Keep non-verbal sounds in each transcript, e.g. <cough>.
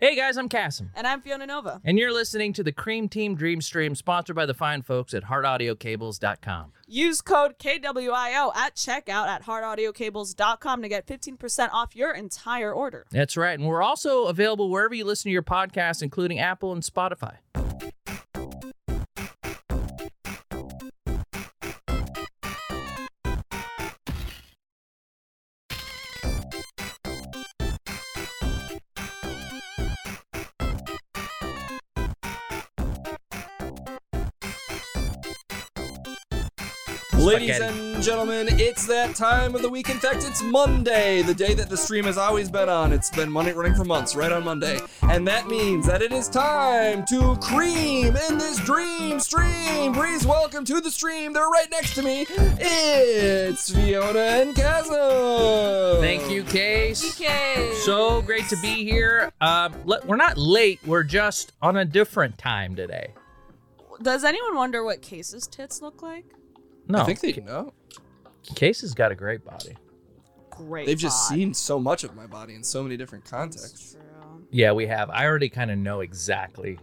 Hey guys, I'm Cassim, And I'm Fiona Nova. and you're listening to the Cream Team Dream Stream, sponsored by the fine folks at HeartAudioCables.com. Use code KWIO at checkout at hardaudio.cables.com to get 15% off your entire order. That's right, and we're also available wherever you listen to your podcasts, including Apple and Spotify. Ladies Spaghetti. and gentlemen, it's that time of the week. In fact, it's Monday, the day that the stream has always been on. It's been Monday running for months, right on Monday. And that means that it is time to cream in this dream stream. Please welcome to the stream. They're right next to me. It's Fiona and Chasm. Thank you, Case. So great to be here. Um, le- we're not late. We're just on a different time today. Does anyone wonder what Case's tits look like? No, I think they know. Case has got a great body. Great. They've just bod. seen so much of my body in so many different contexts. That's true. Yeah, we have. I already kind of know exactly.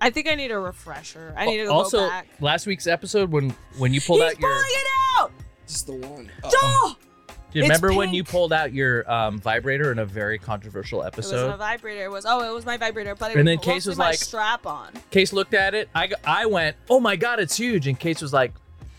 I think I need a refresher. I need to also, go back. last week's episode when when you pulled He's out your, pulling it out! Just the one. Oh, Duh! do you remember when pink. you pulled out your um, vibrator in a very controversial It wasn't a episode? vibrator. It was, oh, it was my vibrator, but it And then mostly Case was my like- strap on. <laughs> Case looked at it. I, go- I went, oh my god, it's huge. And Case was like,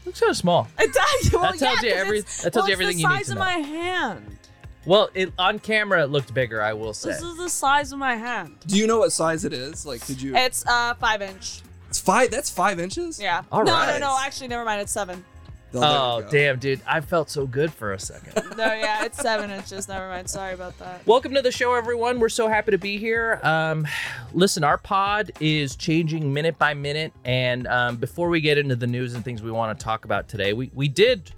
looks kind of small. It does. Well, That tells yeah, you 'cause every- it's- that tells well, you it's everything the you need size to of know. my hand. Well, it, on camera it looked bigger. I will say. This Oh, is the size of my hand. do you know what size it is? Like, did you? It's uh five inch. It's five. That's five inches. Yeah. All no, right. no, no. Actually, never mind. It's seven. there we oh go. damn, dude! I felt so good for a second. No, yeah, it's seven inches. Never mind. Sorry about that. Welcome to the show, everyone. We're so happy to be here. Um, listen, our pod is changing minute by minute. And um, before we get into the news and things we want to talk about today, we, we did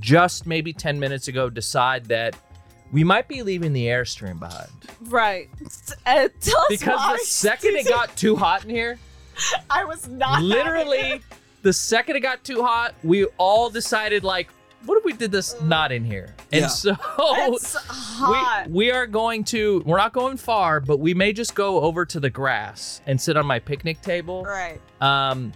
just maybe 10 minutes ago decide that we might be leaving the airstream behind. Right. And tell us Because why. the second <laughs> it got too hot in here, I was not having literally, it. the second it got too hot, we all decided, like, what if we did this not in here? And Yeah. so. oh, It's hot. We, we are going to, we're not going far, but we may just go over to the grass and sit on my picnic table. right. Um,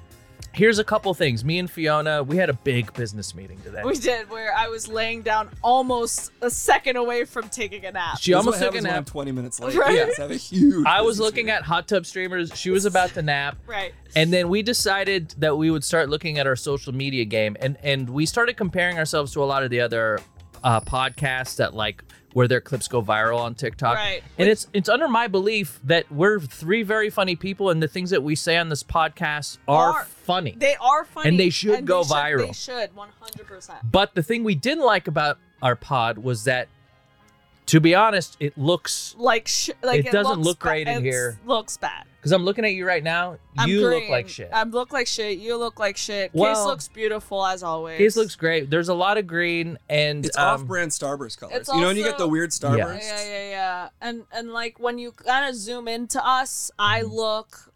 here's a couple things. Me and Fiona, we had a big business meeting today. We did where I was laying down almost a second away from taking a nap. she This is almost what took a happens when nap. I'm 20 minutes late. Right? Yes, I have a huge. I was <laughs> business looking meeting. at hot tub streamers. She was about to nap. Right. And then we decided that we would start looking at our social media game, and and we started comparing ourselves to a lot of the other uh, podcasts that like where their clips go viral on TikTok. Right. And it's it's under my belief that we're three very funny people, and the things that we say on this podcast are, Are- funny. They are funny. And they should go viral. They should 100%. but the thing we didn't like about our pod was that, to be honest, it looks Like, sh- like It doesn't looks look ba- great in it's- here. Looks bad. because I'm looking at you right now. I'm you look green. like shit. I look like shit. You look like shit. Case Well- looks beautiful as always. His looks great. There's a lot of green, and It's um, off-brand Starburst colors. It's you know, when you get also- the weird Yeah. Starburst. Yeah, yeah, yeah. And and like when you kind of zoom into us, I look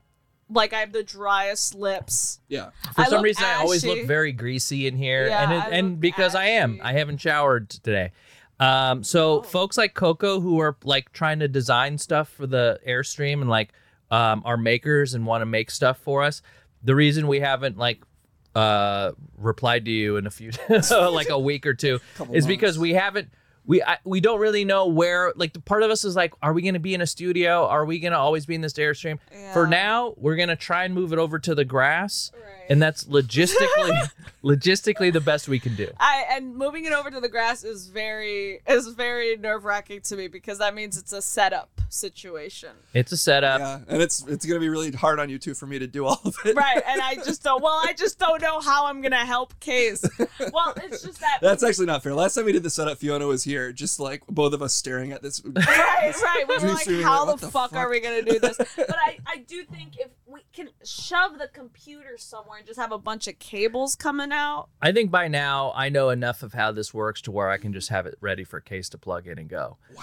like I have the driest lips. Yeah. For I some look reason, I always look ashy. very greasy in here, Yeah, and I it, and look because I am, ashy. I haven't showered today. Um, so Oh. folks like Coco who are like trying to design stuff for the Airstream and like um, are makers and want to make stuff for us. The reason we haven't like uh, replied to you in a few <laughs> like a week or <laughs> two Couple is months. because we haven't we I, we don't really know where like the part of us is like are we going to be in a studio are we going to always be in this airstream for Yeah. now we're going to try and move it over to the grass Right. and that's logistically <laughs> logistically the best we can do I and moving it over to the grass is very is very nerve wracking to me because that means it's a setup situation. it's a setup Yeah. And it's it's gonna be really hard on you two for me to do all of it. Right, and I just don't. Well, I just don't know how I'm gonna help Case. Well, it's <laughs> just that. <laughs> That's actually not fair. Last time we did the setup, Fiona was here, just like both of us staring at this. <laughs> right, <laughs> right. We Drew were like, Seeley, how like, what the, the fuck, are fuck? we gonna do this? But I, I do think if we can shove the computer somewhere and just have a bunch of cables coming out. i think by now i know enough of how this works to where i can just have it ready for case to plug in and go wow.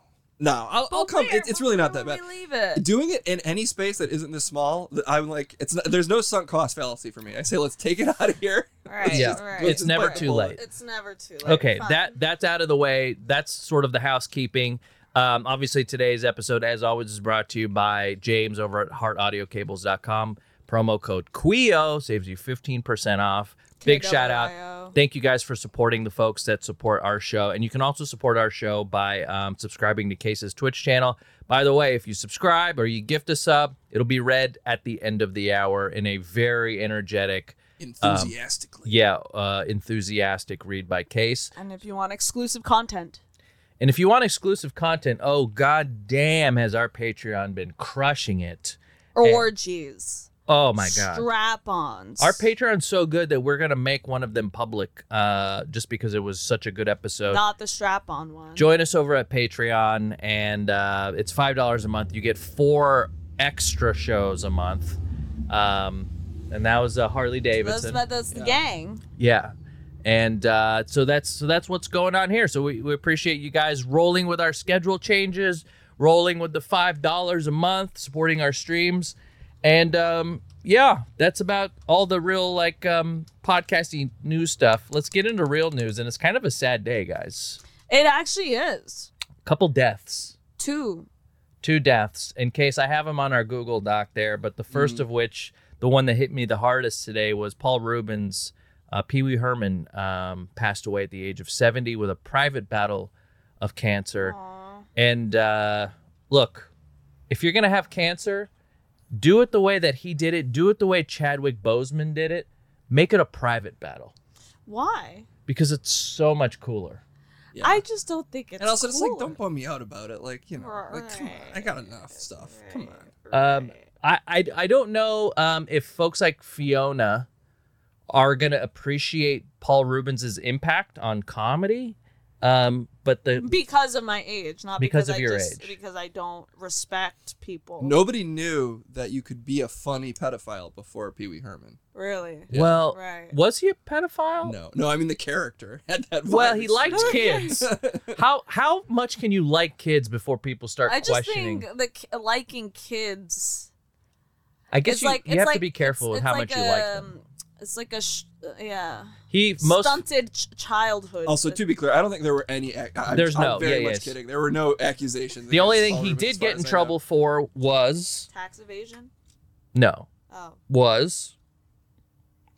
<laughs> No, I'll, I'll But Oh, come. where- It, it's really where not that would bad. We leave it. Doing it in any space that isn't this small, th- I'm like, it's not, there's no sunk cost fallacy for me. I say, let's take it <laughs> out of here. All right, Yeah. all right. Let's It's just never bite the too bullet. late. It's never too late. okay Fine. that that's out of the way that's sort of the housekeeping Um, obviously, today's episode, as always, is brought to you by James over at heartaudiocables.com. Promo code QUIO saves you 15% off. Big shout out KWIO. thank you guys for supporting the folks that support our show and you can also support our show by um, subscribing to case's twitch channel by the way if you subscribe or you gift a sub it'll be read at the end of the hour in a very energetic Um, enthusiastically. yeah uh, enthusiastic read by case And if you want exclusive content, and if you want exclusive content oh god damn has our patreon been crushing it orgies, oh my god strap-ons. our Patreon's so good that we're gonna make one of them public, uh, just because it was such a good episode. not the strap-on one. Mm-hmm. join us over at patreon and uh, it's five dollars a month you get four extra shows a month um, and that was uh, harley Those- davidson that's the gang. yeah and uh, so that's so that's what's going on here so we, we appreciate you guys rolling with our schedule changes rolling with the five dollars a month supporting our streams and um, yeah that's about all the real like um, podcasting news stuff let's get into real news and it's kind of a sad day guys It actually is couple deaths two. two deaths in case I have them on our Google Doc there, but the first of which, the one that hit me the hardest today was Paul Rubens. Uh, Pee Wee Herman um, passed away at the age of 70 with a private battle of cancer. Aw. And uh, look, if you're going to have cancer, do it the way that he did it, do it the way Chadwick Boseman did it, make it a private battle Why? because it's so much cooler. Yeah. I just don't think it's. And also, just like, cool. don't bum me out about it. Like, you know, like, come on. I got enough stuff. Come on. Um, I, I I don't know um, if folks like Fiona are gonna appreciate Paul Rubens' impact on comedy, um, but the because of my age, not Because because, of I your just, age. Because I don't respect people. Nobody knew that you could be a funny pedophile before Pee Wee Herman. really. Yeah. well, Right. was he a Oh. pedophile? No, no, I mean the character <laughs> had that. Well, virus. he <laughs> liked kids. how how much can you like kids before people start I just questioning? think the ki- liking kids. I guess it's you, like you it's have like, to be careful it's- with how it's much you like a, them. um, It's like a sh- uh, yeah He most stunted ch- childhood. Also, to be clear, I don't think there were any. ac- I, There's I'm no- very yeah, much yes. kidding. There were no accusations. the only against thing Paul he Rubens, as did far get in as I know. trouble for was tax evasion. no Oh, was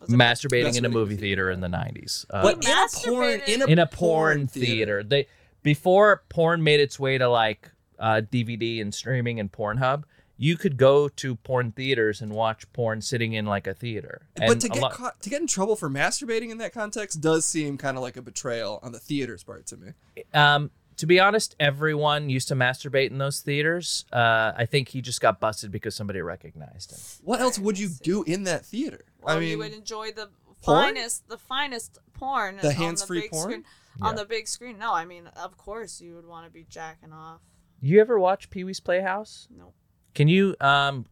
was it- masturbating That's in a what he movie did. theater in the 90s. Uh, But in a masturbated- porn, in a, in a porn theater. They before porn made its way to like uh, DVD and streaming and Pornhub, you could go to porn theaters and watch porn sitting in like a theater. And But to a get lot- caught, to get in trouble for masturbating in that context does seem kind of like a betrayal on the theater's part to me. um, to be honest, everyone used to masturbate in those theaters. Uh, I think he just got busted because somebody recognized him. What else would you do in that theater? Well, I you mean, would enjoy the porn? finest, the finest porn. The on hands-free big porn? screen- on Yeah. the big screen. No, I mean, of course you would want to be jacking off. You ever watch Pee Wee's Playhouse? No, Can you um,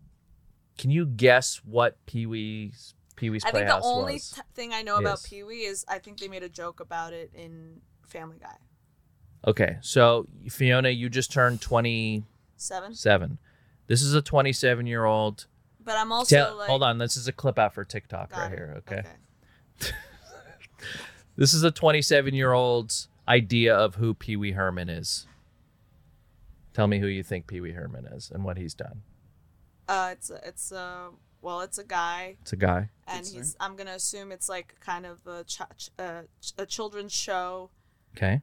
can you guess what Pee Wee's Pee Wee's I think the Playhouse only was? t- thing I know about Yes. Pee Wee is I think they made a joke about it in Family Guy. okay, so Fiona, you just turned twenty. Seven, seven. This is a 27 year old. but I'm also Tell, like, hold on, this is a clip out for TikTok got right it. here. Okay? this is a 27 year old's idea of who Pee Wee Herman is. Tell me who you think Pee Wee Herman is and what he's done. Uh, it's a, it's a well, it's a guy, It's a guy. and sir. he's. I'm gonna assume it's like kind of a ch- ch- uh, ch- a children's show, Okay.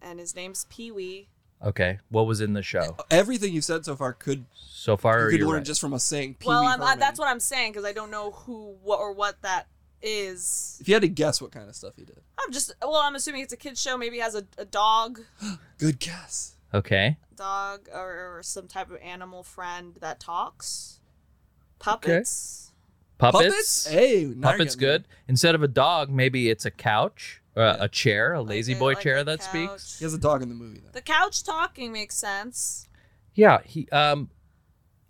and his name's Pee Wee. Okay. What was in the show everything you said so far could so far? you could you're learn right. just from us saying. Pee Well, Wee I'm, I, Herman. that's what I'm saying because I don't know who, what, or what that is. If you had to guess what kind of stuff he did, I'm just well, I'm assuming it's a kids show. Maybe he has a, a dog, good guess. okay. dog, or, or some type of animal friend that talks. Puppets. Puppets. Hey, now you're Puppets getting there. good. Instead of a dog, maybe it's a couch, or a- a chair, a lazy Like a- boy like chair a that couch. speaks. He has a dog in the movie though. The couch talking makes sense. Yeah, he um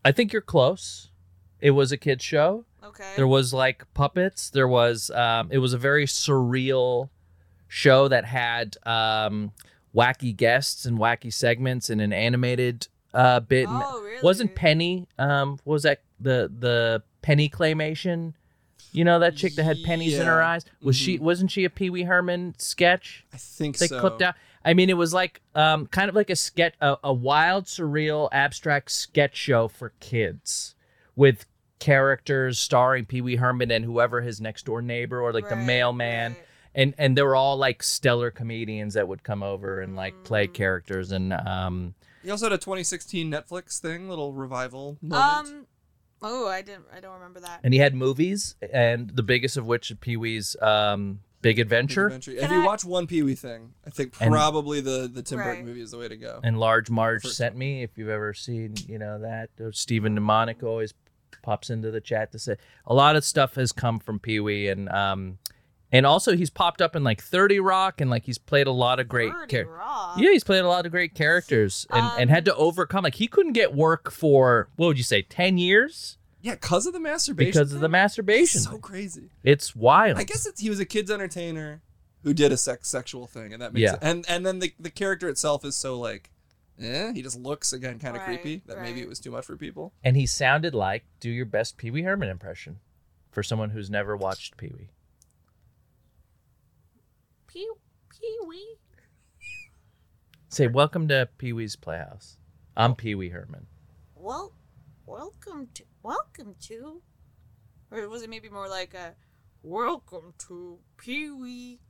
I think you're close. It was a kids show. Okay. There was like puppets. There was um it was a very surreal show that had um wacky guests and wacky segments and an animated uh bit. And oh, really? Wasn't Penny um what was that the the Penny claymation? You know that chick that had pennies in her Yeah. Mm-hmm. eyes? Was she wasn't she a Pee Wee Herman sketch? I think They so. clipped out. I mean, it was like um, kind of like a sketch, a, a wild, surreal, abstract sketch show for kids with characters starring Pee Wee Herman and whoever his next door neighbor or like the Right, mailman. right. And and they were all like stellar comedians that would come over and like Mm-hmm. play characters and um You also had a 2016 Netflix thing, little revival moment. Um. Oh, I didn't. I don't remember that. and he had movies and the biggest of which Pee Wee's um Big Big Adventure adventure. If Can you I- watch one Pee Wee thing, I think And- probably the the Tim Burton Right. movie is the way to go. and Large Marge First sent me. If you've ever seen, you know that or Stephen Demonic always pops into the chat to say a lot of stuff has come from Pee Wee, and um, and also he's popped up in like Thirty Rock, and like he's played a lot of great Pretty characters. raw. Yeah, he's played a lot of great characters, and and had to overcome. Like he couldn't get work for what would you say, ten years Yeah, because of the masturbation. because of the thing? masturbation. So crazy. it's wild. I guess it's, he was a kids entertainer who did a sex sexual thing, and that makes Yeah. it- and and then the, the character itself is so like, eh, he just looks again kind of Right, creepy. That maybe right. it was too much for people. and he sounded like do your best Pee Wee Herman impression for someone who's never watched Pee Wee. Pee Pee Wee. Say welcome to Pee Wee's Playhouse. I'm Pee Wee Herman. Well, welcome to welcome to, or was it maybe more like a welcome to Pee Wee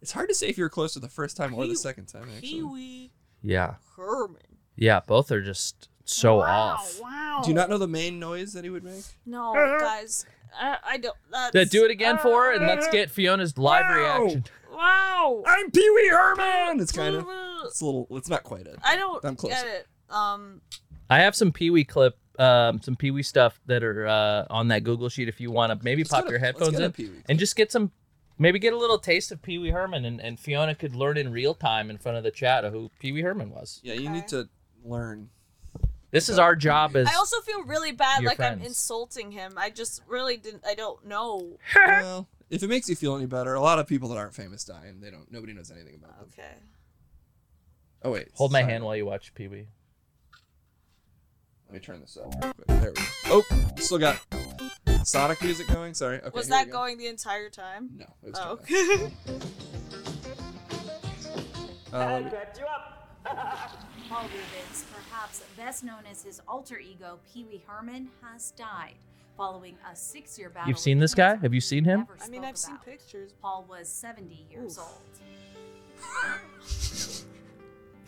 It's hard to say if you're close to the first time or the Pee- second time. Pee Actually, Wee Yeah. Herman. Yeah, both are just so wow, off. Wow. do you not know the main noise that he would make? <laughs> No, guys, I, I don't. That's, uh, Yeah, do it again for her and let's get Fiona's live Wow. reaction. Wow. I'm Pee Wee Herman. It's kind of it's a little. It's not quite it. I don't I'm I'm close. get it. Um, I have some Pee Wee clip, um, some Pee Wee stuff that are uh, on that Google sheet if you want to maybe pop your headphones in and just get some, maybe get a little taste of Pee Wee Herman and, and Fiona could learn in real time in front of the chat of who Pee Wee Herman was. Yeah, you need to <laughs> learn. This is our job as. I also feel really bad, Your like I'm friends. insulting him. I just really didn't. I don't know. well, if it makes you feel any better, a lot of people that aren't famous die, and they don't. Nobody knows anything about them. Okay. Oh wait, Hold my sorry. hand while you watch Pee Wee. Let me turn this up. real quick. There we go. Oh, still got Sonic music going. Sorry. Okay, Was here we that go. going the entire time? No. It was Oh, oh, okay. <laughs> uh, let me- Paul Rubens, perhaps best known as his alter ego Pee Wee Herman, has died following a six-year battle. You've seen with this guy? cancer Have you he seen him? never I mean, spoke I've seen about. pictures. Paul was 70 years Oof. old.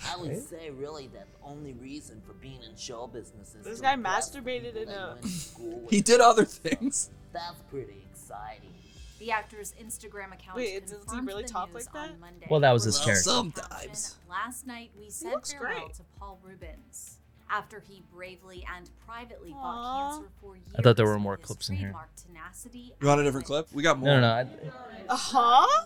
I would say really that the only reason for being in show business is This to guy impress the masturbated people in that a- went to school <laughs> with he you. did other things. <laughs> That's pretty exciting. The actor's Instagram account Wait, does he confirmed really the talk news like that? on Monday. Well, that was his Well, character. sometimes. Last night we said looks farewell great. to Paul Rubens after he bravely and privately fought Aw. cancer for years. I thought there were with more his clips in here. trademark Tenacity You want a and different grit. clip? We got more. No, no, no. I, Uh huh.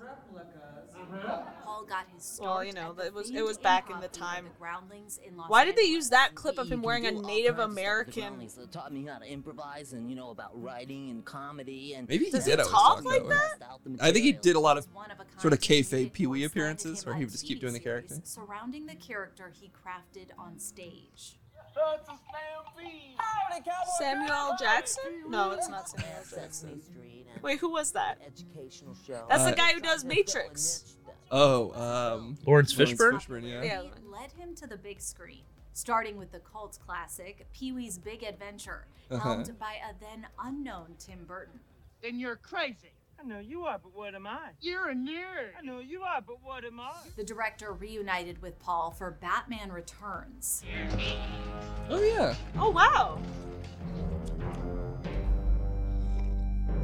Paul got his start. Well, you know, at the it was- it famed was back improv in the theater, time. The Groundlings in Los Why did they Angeles. use that clip of You him can wearing a do all Native kinds of stuff with the American? Groundlings. They taught me how to improvise and you know about writing and comedy and Maybe he Does did. he always talk talk like way. that? test out the I think he material. did a lot of. One of a kind sort of kayfabe David Pee Wee Bowie cited appearances, him where he on would just keep TV doing the series character. Surrounding the character he crafted on stage. Samuel L. Jackson? No, it's not Samuel L. Sesame Jackson. Street and Wait, who was that? educational show. That's the guy who does Trying to fill a Matrix. niche that- Oh, um. Lawrence Lawrence Fishburne? Fishburne, yeah. Yeah. He led him to the big screen, starting with the cult classic Pee Wee's Big Adventure, Uh-huh. helmed by a then unknown Tim Burton. Then you're crazy. I know you are, but what am I? You're a nerd. I know you are, but what am I? The director reunited with Paul for Batman Returns. Oh yeah. Oh wow.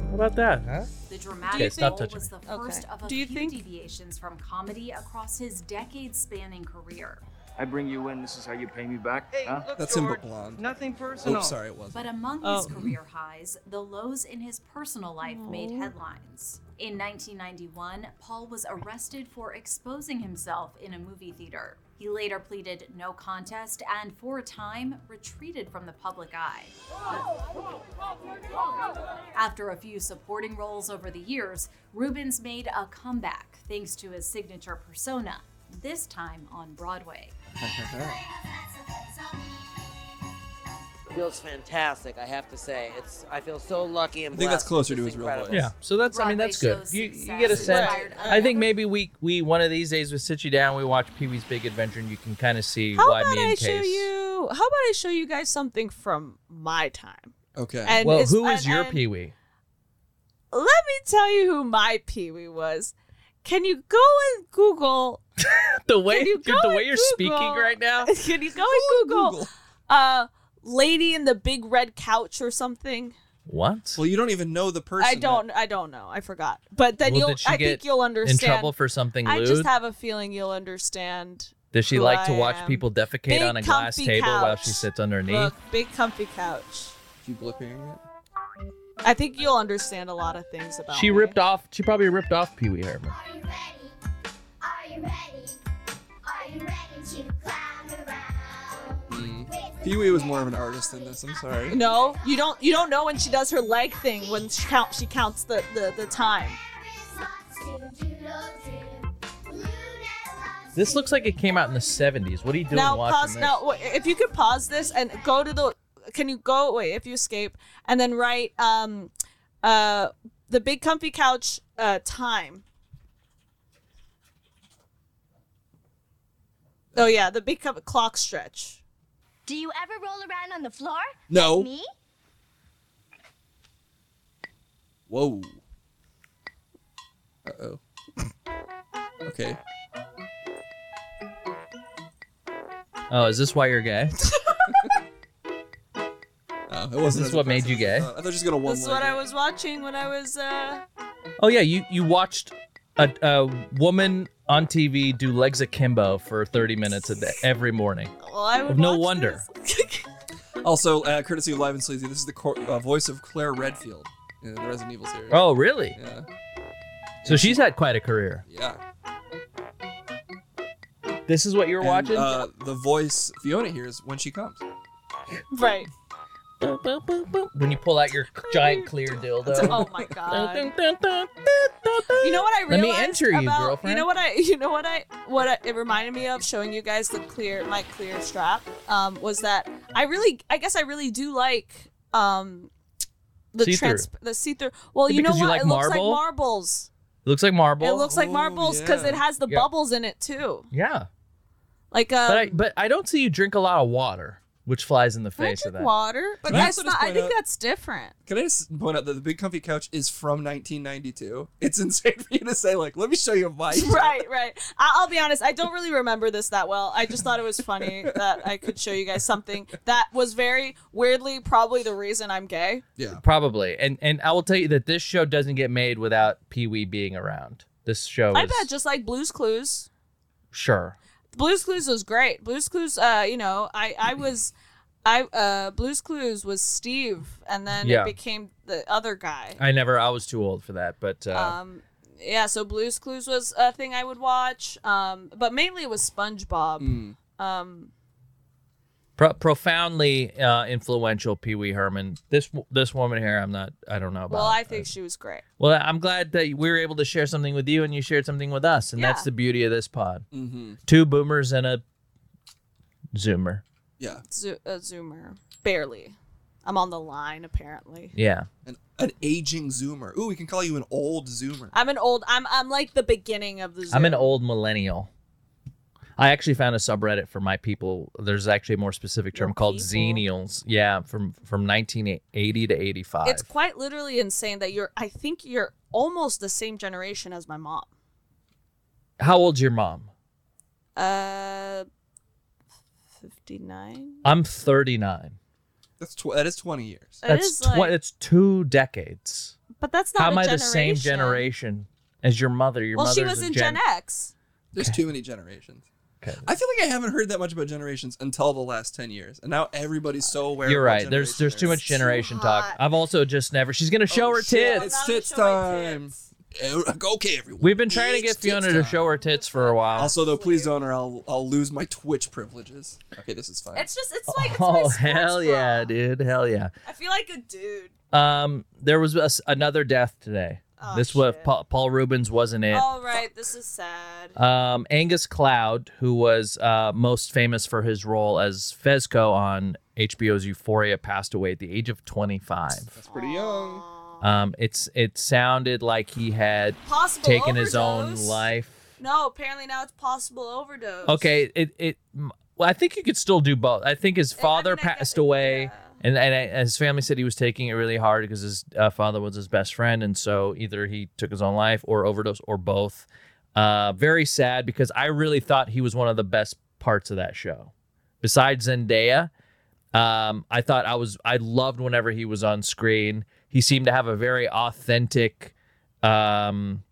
How about that, huh? The Okay, dramatic stop role touching was me. the first Okay. of a Do you few think- deviations from comedy across his decade-spanning career. I bring you in. This is how you pay me back. Hey, huh? look, That's him, but George, blonde. Nothing personal. Oh, sorry, it wasn't. But among his Oh. career highs, the lows in his personal life made headlines. In 1991, Paul was arrested for exposing himself in a movie theater. He later pleaded no contest and, for a time, retreated from the public eye. After a few supporting roles over the years, Rubens made a comeback thanks to his signature persona, this Uh, time on Broadway. feels fantastic. I have to say, it's I feel so lucky and I think that's blessed. closer It's to his real incredible. voice. Yeah. So that's I mean Broadway that's good. shows You, you success get a sense. inspired Right. I others. think maybe we we one of these days we sit you down, we watch Pee Wee's Big Adventure, and you can kind of see How why about me and I Case. show you? How about I show you guys something from my time? Okay. And well, it's- who is and- your and Pee Wee? Let me tell you who my Pee Wee was. Can you go and Google? The way <laughs> <laughs> Can you go the and way you're speaking Google- right now. <laughs> Can you go and Google, Uh, lady in the big red couch or something? What? Well, you don't even know the person. I that- don't. I don't know. I forgot. But then Well, you'll. did she I get think you'll In understand. trouble for something I lewd? just have a feeling you'll understand. Does she who like to I watch am. people defecate Big on a glass comfy table while she couch. sits on her knee? Look, big comfy couch. You blipping it? I think you'll understand a lot of things about. she me. ripped off. She probably ripped off Pee Wee Herman. Are you ready? Are you ready? Are you ready to clown around? Mm. Pee Wee was more of an artist than this. I'm sorry. No, you don't. You don't know when she does her leg thing when she count. She counts the the, the time. This looks like it came out in the 70s. What are you doing now watching pause. this? Now wait, if you could pause this and go to the. Can you go wait if you escape and then write um, uh, the big comfy couch uh time. Oh yeah, the big com- clock stretch. Do you ever roll around on the floor? No. Me? Whoa. Uh oh. Okay. Oh, is this why you're gay? Oh, it wasn't. This is as what made impressive you as gay? I thought. I thought just gonna one. This is what I was watching when I was uh Oh yeah, you you watched a, a woman on TV do legs akimbo for 30 minutes a day every morning. well I would No watch wonder. this. Also, uh, courtesy of Live and Sleazy, this is the cor- uh, voice of Claire Redfield in the Resident Evil series. Oh really? Yeah. So she's had quite a career. Yeah. This is what you were And, watching. Uh, the voice Fiona hears when she comes. right. <laughs> Boop, boop, boop, boop. When you pull out your giant clear dildo. Oh my god. Dun, dun, dun, dun, dun, dun. You know what I <laughs> Let realized me enter you, about, girlfriend. You know what I? <laughs> You know what I? What I, it reminded me of showing you guys the clear my clear strap um, was that I really, I guess I really do like um, the See-through. trans the see through. Well, Yeah, you know because what? you like it looks marble? like marbles. Looks like marble. It looks like Oh, marbles because yeah. it has the Yeah. bubbles in it too. yeah. Like um, But I but I don't see you drink a lot of water, which flies in the I face drink of that. water. But Can I that's also just not. I point think out- that's different. Can I just point out that the Big Comfy Couch is from 1992? It's <laughs> insane for you to say like, let me show you my. <laughs> right, right. I- I'll be honest. I don't really remember this that well. I just thought it was funny that I could show you guys something that was very weirdly probably the reason I'm gay. Yeah. Probably. And and I will tell you that this show doesn't get made without Pee Wee being around. This show I is bet just like Blue's Clues. sure. Blue's Clues was great. Blue's Clues. Uh, you know, I I was. I uh Blue's Clues was Steve and then Yeah. it became the other guy. I never I was too old for that, but uh, Um yeah, so Blue's Clues was a thing I would watch. Um but mainly it was SpongeBob. Mm. Um pro- profoundly uh, influential Pee Wee Herman. This w- this woman here, I'm not. I don't know about. well, I think she was great. well, I'm glad that we were able to share something with you, and you shared something with us, and that's Yeah. Mm. the beauty of this pod. Mm-hmm. Two boomers and a zoomer. Yeah. Zo- a zoomer barely i'm on the line apparently Yeah. An, an aging Zoomer. Ooh, we can call you an old Zoomer. i'm an old i'm i'm like the beginning of the zoom. I'm an old millennial. I actually found a subreddit for my people. There's actually a more specific term Your called people? xenials. Yeah, from from 1980 to 85. it's quite literally insane that you're i think you're almost the same generation as my mom How old's your mom? uh 59 I'm 39. That's tw- that is 20 years. That That's is, tw- like- it's two decades. but that's not How a am I the generation. same generation as your mother? Your well mother's she was a in gen, gen x There's too many generations. Okay. I feel like I haven't heard that much about generations until the last 10 years, and now everybody's so aware. You're of what right. There's generation there's it too is. much generation talk. hot. I've also just never. She's gonna show her Oh, shit, tits. It's Now I'm tits showing time. tits. <laughs> Eh, Okay, everyone. We've been trying to It's get tits Fiona to time. show her tits for a while. Also, though, please don't, or I'll I'll lose my Twitch privileges. Okay, this is fine. it's just it's like it's my oh sports hell bra. yeah, dude! Hell yeah. i feel like a dude Um, there was a s another death today. Oh, this was shit. Paul, Paul Rubens wasn't it. all right this is sad Um, Angus Cloud, who was uh, most famous for his role as Fezco on HBO's Euphoria passed away at the age of 25. That's pretty young. Um, it's it sounded like he had Possible taken his own overdose? life. No, apparently now it's possible overdose. Okay, it it. m- Well, I think you could still do both. I think his I father mean, I get- passed away, yeah. and and I- his family said he was taking it really hard because his uh, father was his best friend, and so either he took his own life or overdose or both. Uh, very sad because I really thought he was one of the best parts of that show. Besides Zendaya, um, I thought I was I loved whenever he was on screen. He seemed to have a very authentic, um,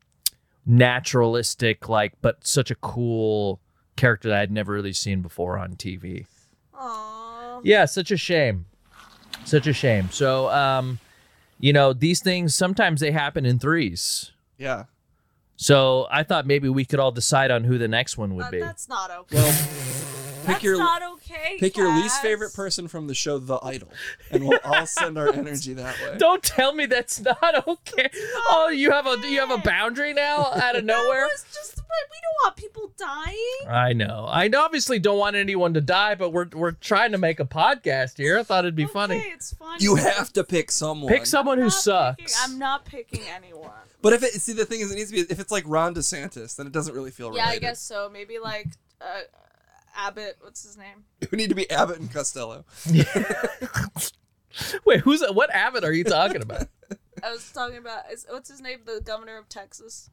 naturalistic, like but such a cool character that I'd never really seen before on TV. Aw. Yeah, such a shame. Such a shame. So, um, you know, these things sometimes they happen in threes. Yeah. So I thought maybe we could all decide on who the next one would Uh, be. that's not okay. Well, pick that's your not okay. pick your least Cass. favorite person from the show The Idol, and we'll all <laughs> send our energy that way. Don't tell me that's <laughs> not okay. Oh, you have a you have a boundary <laughs> now out of nowhere. That was just, but we don't want people dying. I know. I obviously don't want anyone to die, but we're we're trying to make a podcast here. I thought it'd be Okay, funny. it's funny. You have to pick someone. Pick someone who I'm not picking- sucks. I'm not picking anyone. <laughs> But if it see the thing is, it needs to be if it's like Ron DeSantis, then it doesn't really feel. Yeah, I related. guess so. Maybe like uh, Abbott. What's his name? <laughs> It would need to be Abbott and Costello. <laughs> Wait, who's what Abbott are you talking <laughs> Uh, about? I was talking about. Is, what's his name? The governor of Texas.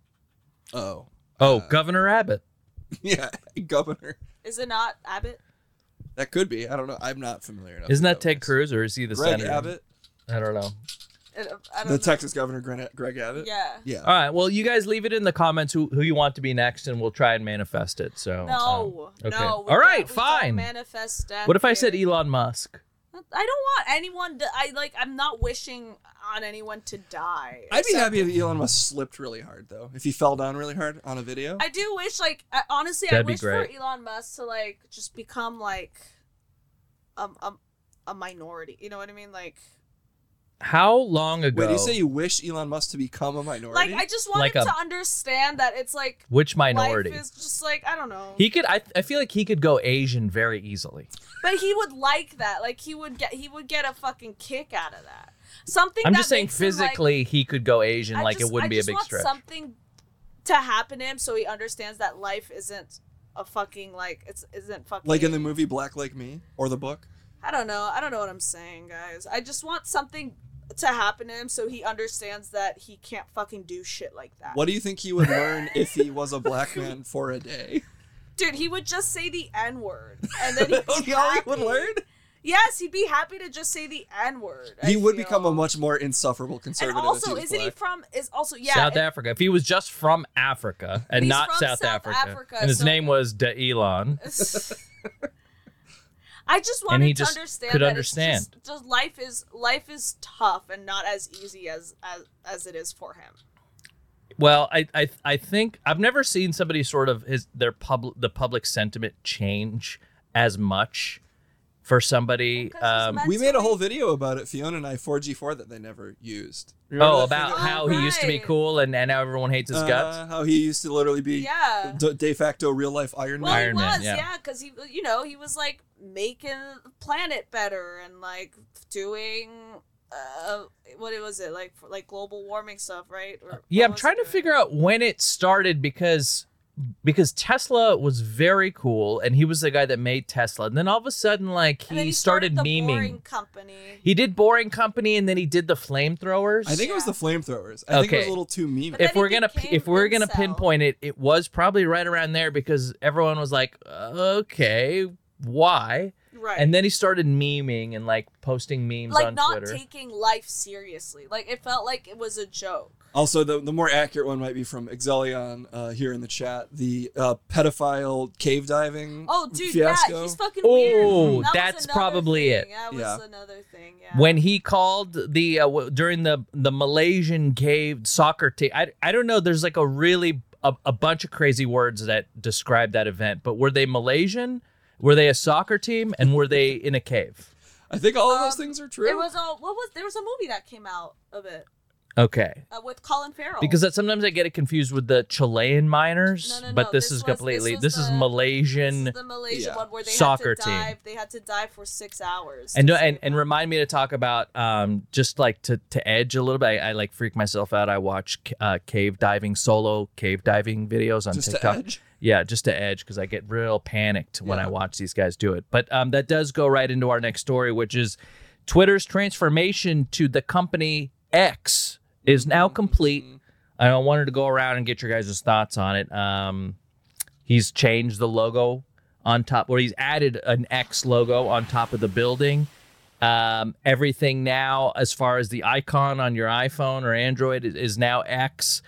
Oh, <laughs> Oh, Governor Abbott. yeah, <laughs> governor. Is it not Abbott? That could be. I don't know. I'm not familiar enough. Isn't with that Ted governors. Cruz or is he the Greg senator? Abbott, I don't know. Uh, I don't- I don't the know. Texas governor, Greg Greg Abbott. Yeah. Yeah. All right. Well, you guys leave it in the comments who, who you want to be next, and we'll try and manifest it. So um, No. okay. No. All right, we don't fine. Manifest death. what if I here. said Elon Musk? I don't want anyone to. I like. I'm not wishing on anyone to die. I'd be happy if Elon Musk slipped really hard though. If he fell down really hard on a video. I do wish, like, I, honestly, That'd I be wish great. for Elon Musk to like just become like, um, a, a minority. You know what I mean? Like, How long ago? Wait, do you say you wish Elon Musk to become a minority? like I just want Like him a- to understand that it's like which minority? life is just like I don't know. He could. I, I feel like he could go Asian very easily. but he would like that. Like he would get he would get a fucking kick out of that. Something. I'm that just saying makes him, like- physically he could go Asian. I Like just- it wouldn't I be a just big want stretch. Something to happen to him so he understands that life isn't a fucking like it's isn't fucking like in the movie Black Like Me or the book. I don't know. I don't know what I'm saying, guys. I just want something to happen to him so he understands that he can't fucking do shit like that. What do you think he would learn if he was <laughs> a black man for a day? <laughs> Dude, he would just say the N word, and then That he'd would be be all Oh, he happy. would learn. Yes, he'd be happy to just say the N word. He would become a much more insufferable conservative. And if also, was isn't he black. from? Is also yeah. South and- Africa. If he was just from Africa and He's not from South, South Africa, Africa, and his so- name was De Elon, I just And wanted he to just understand could that understand. It's just, just life is life is tough and not as easy as as, as it is for him. Well, I, I I think I've never seen somebody sort of his their public the public sentiment change as much for somebody. Because he's Um, men- We made a whole video about it, Fiona and I, 4G4 that they never used. Remember oh, that thing about that- how he used to be Alright. cool and, and now everyone hates his guts. Uh, how he used to literally be Yeah. d- de facto real life Iron Well, Man. Iron he Man, was, yeah. yeah, because he, you know, he was like making the planet better and like doing, uh, what was it like, for, like global warming stuff, right? Or Uh, Yeah, what I'm was trying to he doing? figure out when it started because because Tesla was very cool and he was the guy that made Tesla. And then all of a sudden, like And then he, started, the memeing. Boring company. He did Boring Company and then he did the flamethrowers. I think it was the Yeah. flamethrowers. I think it was Okay. a little too mean. But then if he we're gonna became if we're gonna incel. pinpoint it, it was probably right around there because everyone was like, okay, why? right? And then he started memeing and like posting memes like on not Twitter. taking life seriously. Like it felt like it was a joke. Also, the, the more accurate one might be from Exelion uh, here in the chat. The uh, pedophile cave diving Oh, dude, fiasco. yeah, he's fucking Oh, weird. That was that's another probably thing. it. That was Yeah. another thing. Yeah. when he called the uh, w- during the the Malaysian cave soccer team, I, I don't know. There's like a really a, a bunch of crazy words that describe that event. But were they Malaysian? Were they a soccer team? And were they in a cave? I think all of those Um, things are true. it was all what was there was a movie that came out of it. Okay. uh, with Colin Farrell. Because that, sometimes I get it confused with the Chilean miners, No, no, but no, this, this is was- this completely was this, is the- This Malaysian. is the Malaysia Yeah. one where they soccer had to team. dive. They had to dive for six hours. and, to and save and them. remind me to talk about um just like to to edge a little bit. I, I like freak myself out. I watch uh, cave diving solo cave diving videos on Just to TikTok. edge? Yeah, just to edge because I get real panicked when Yeah. I watch these guys do it. But um, that does go right into our next story, which is Twitter's transformation to the company X is now complete. I wanted to go around and get your guys' thoughts on it. Um, he's changed the logo on top, or he's added an X logo on top of the building. Um, everything now, as far as the icon on your iPhone or Android, is, is now X.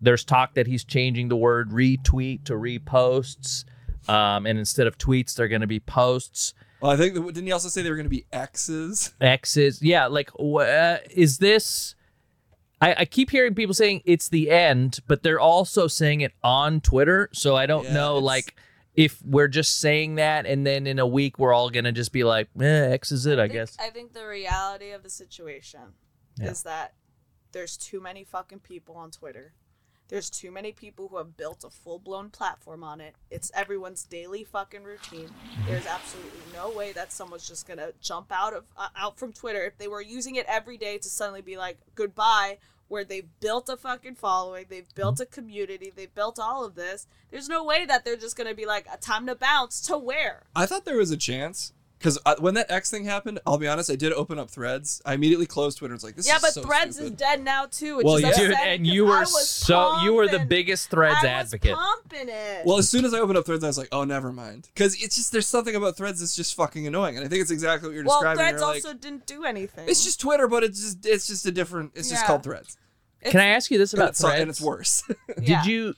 There's talk that he's changing the word retweet to reposts. Um, and instead of tweets, they're going to be posts. Well, I think that- didn't he also say they were going to be X's? X's. Yeah, like, wh- uh, is this. I, I keep hearing people saying it's the end, but they're also saying it on Twitter. So I don't Yeah, know, it's- like, if we're just saying that and then in a week we're all going to just be like, eh, X is it, I think- guess. I think the reality of the situation Yeah. is that there's too many fucking people on Twitter. There's too many people who have built a full blown platform on it. It's everyone's daily fucking routine. There's absolutely no way that someone's just gonna jump out of uh, out from Twitter if they were using it every day to suddenly be like goodbye. Where they've built a fucking following, Mm-hmm. they've built a community, they've built all of this. There's no way that they're just gonna be like, "Uh, time to bounce to where? I thought there was a chance because when that X thing happened, I'll be honest, I did open up Threads. I immediately closed Twitter. It's like this. yeah, is but so Threads stupid. is dead now too. Which Well, is yeah. Dude, upsetting and 'cause you I were was so you were the pumping- biggest threads I advocate. Was pumping it. Well, as soon as I opened up Threads, I was like, oh, never mind. Because it's just, there's something about Threads that's just fucking annoying. And I think it's exactly what you're Well, describing. Threads You're also like, didn't do anything. it's just Twitter, but it's just, it's just a different, it's just Yeah. called Threads. Can I ask you this And about it's, and Threads? it's worse. Did you?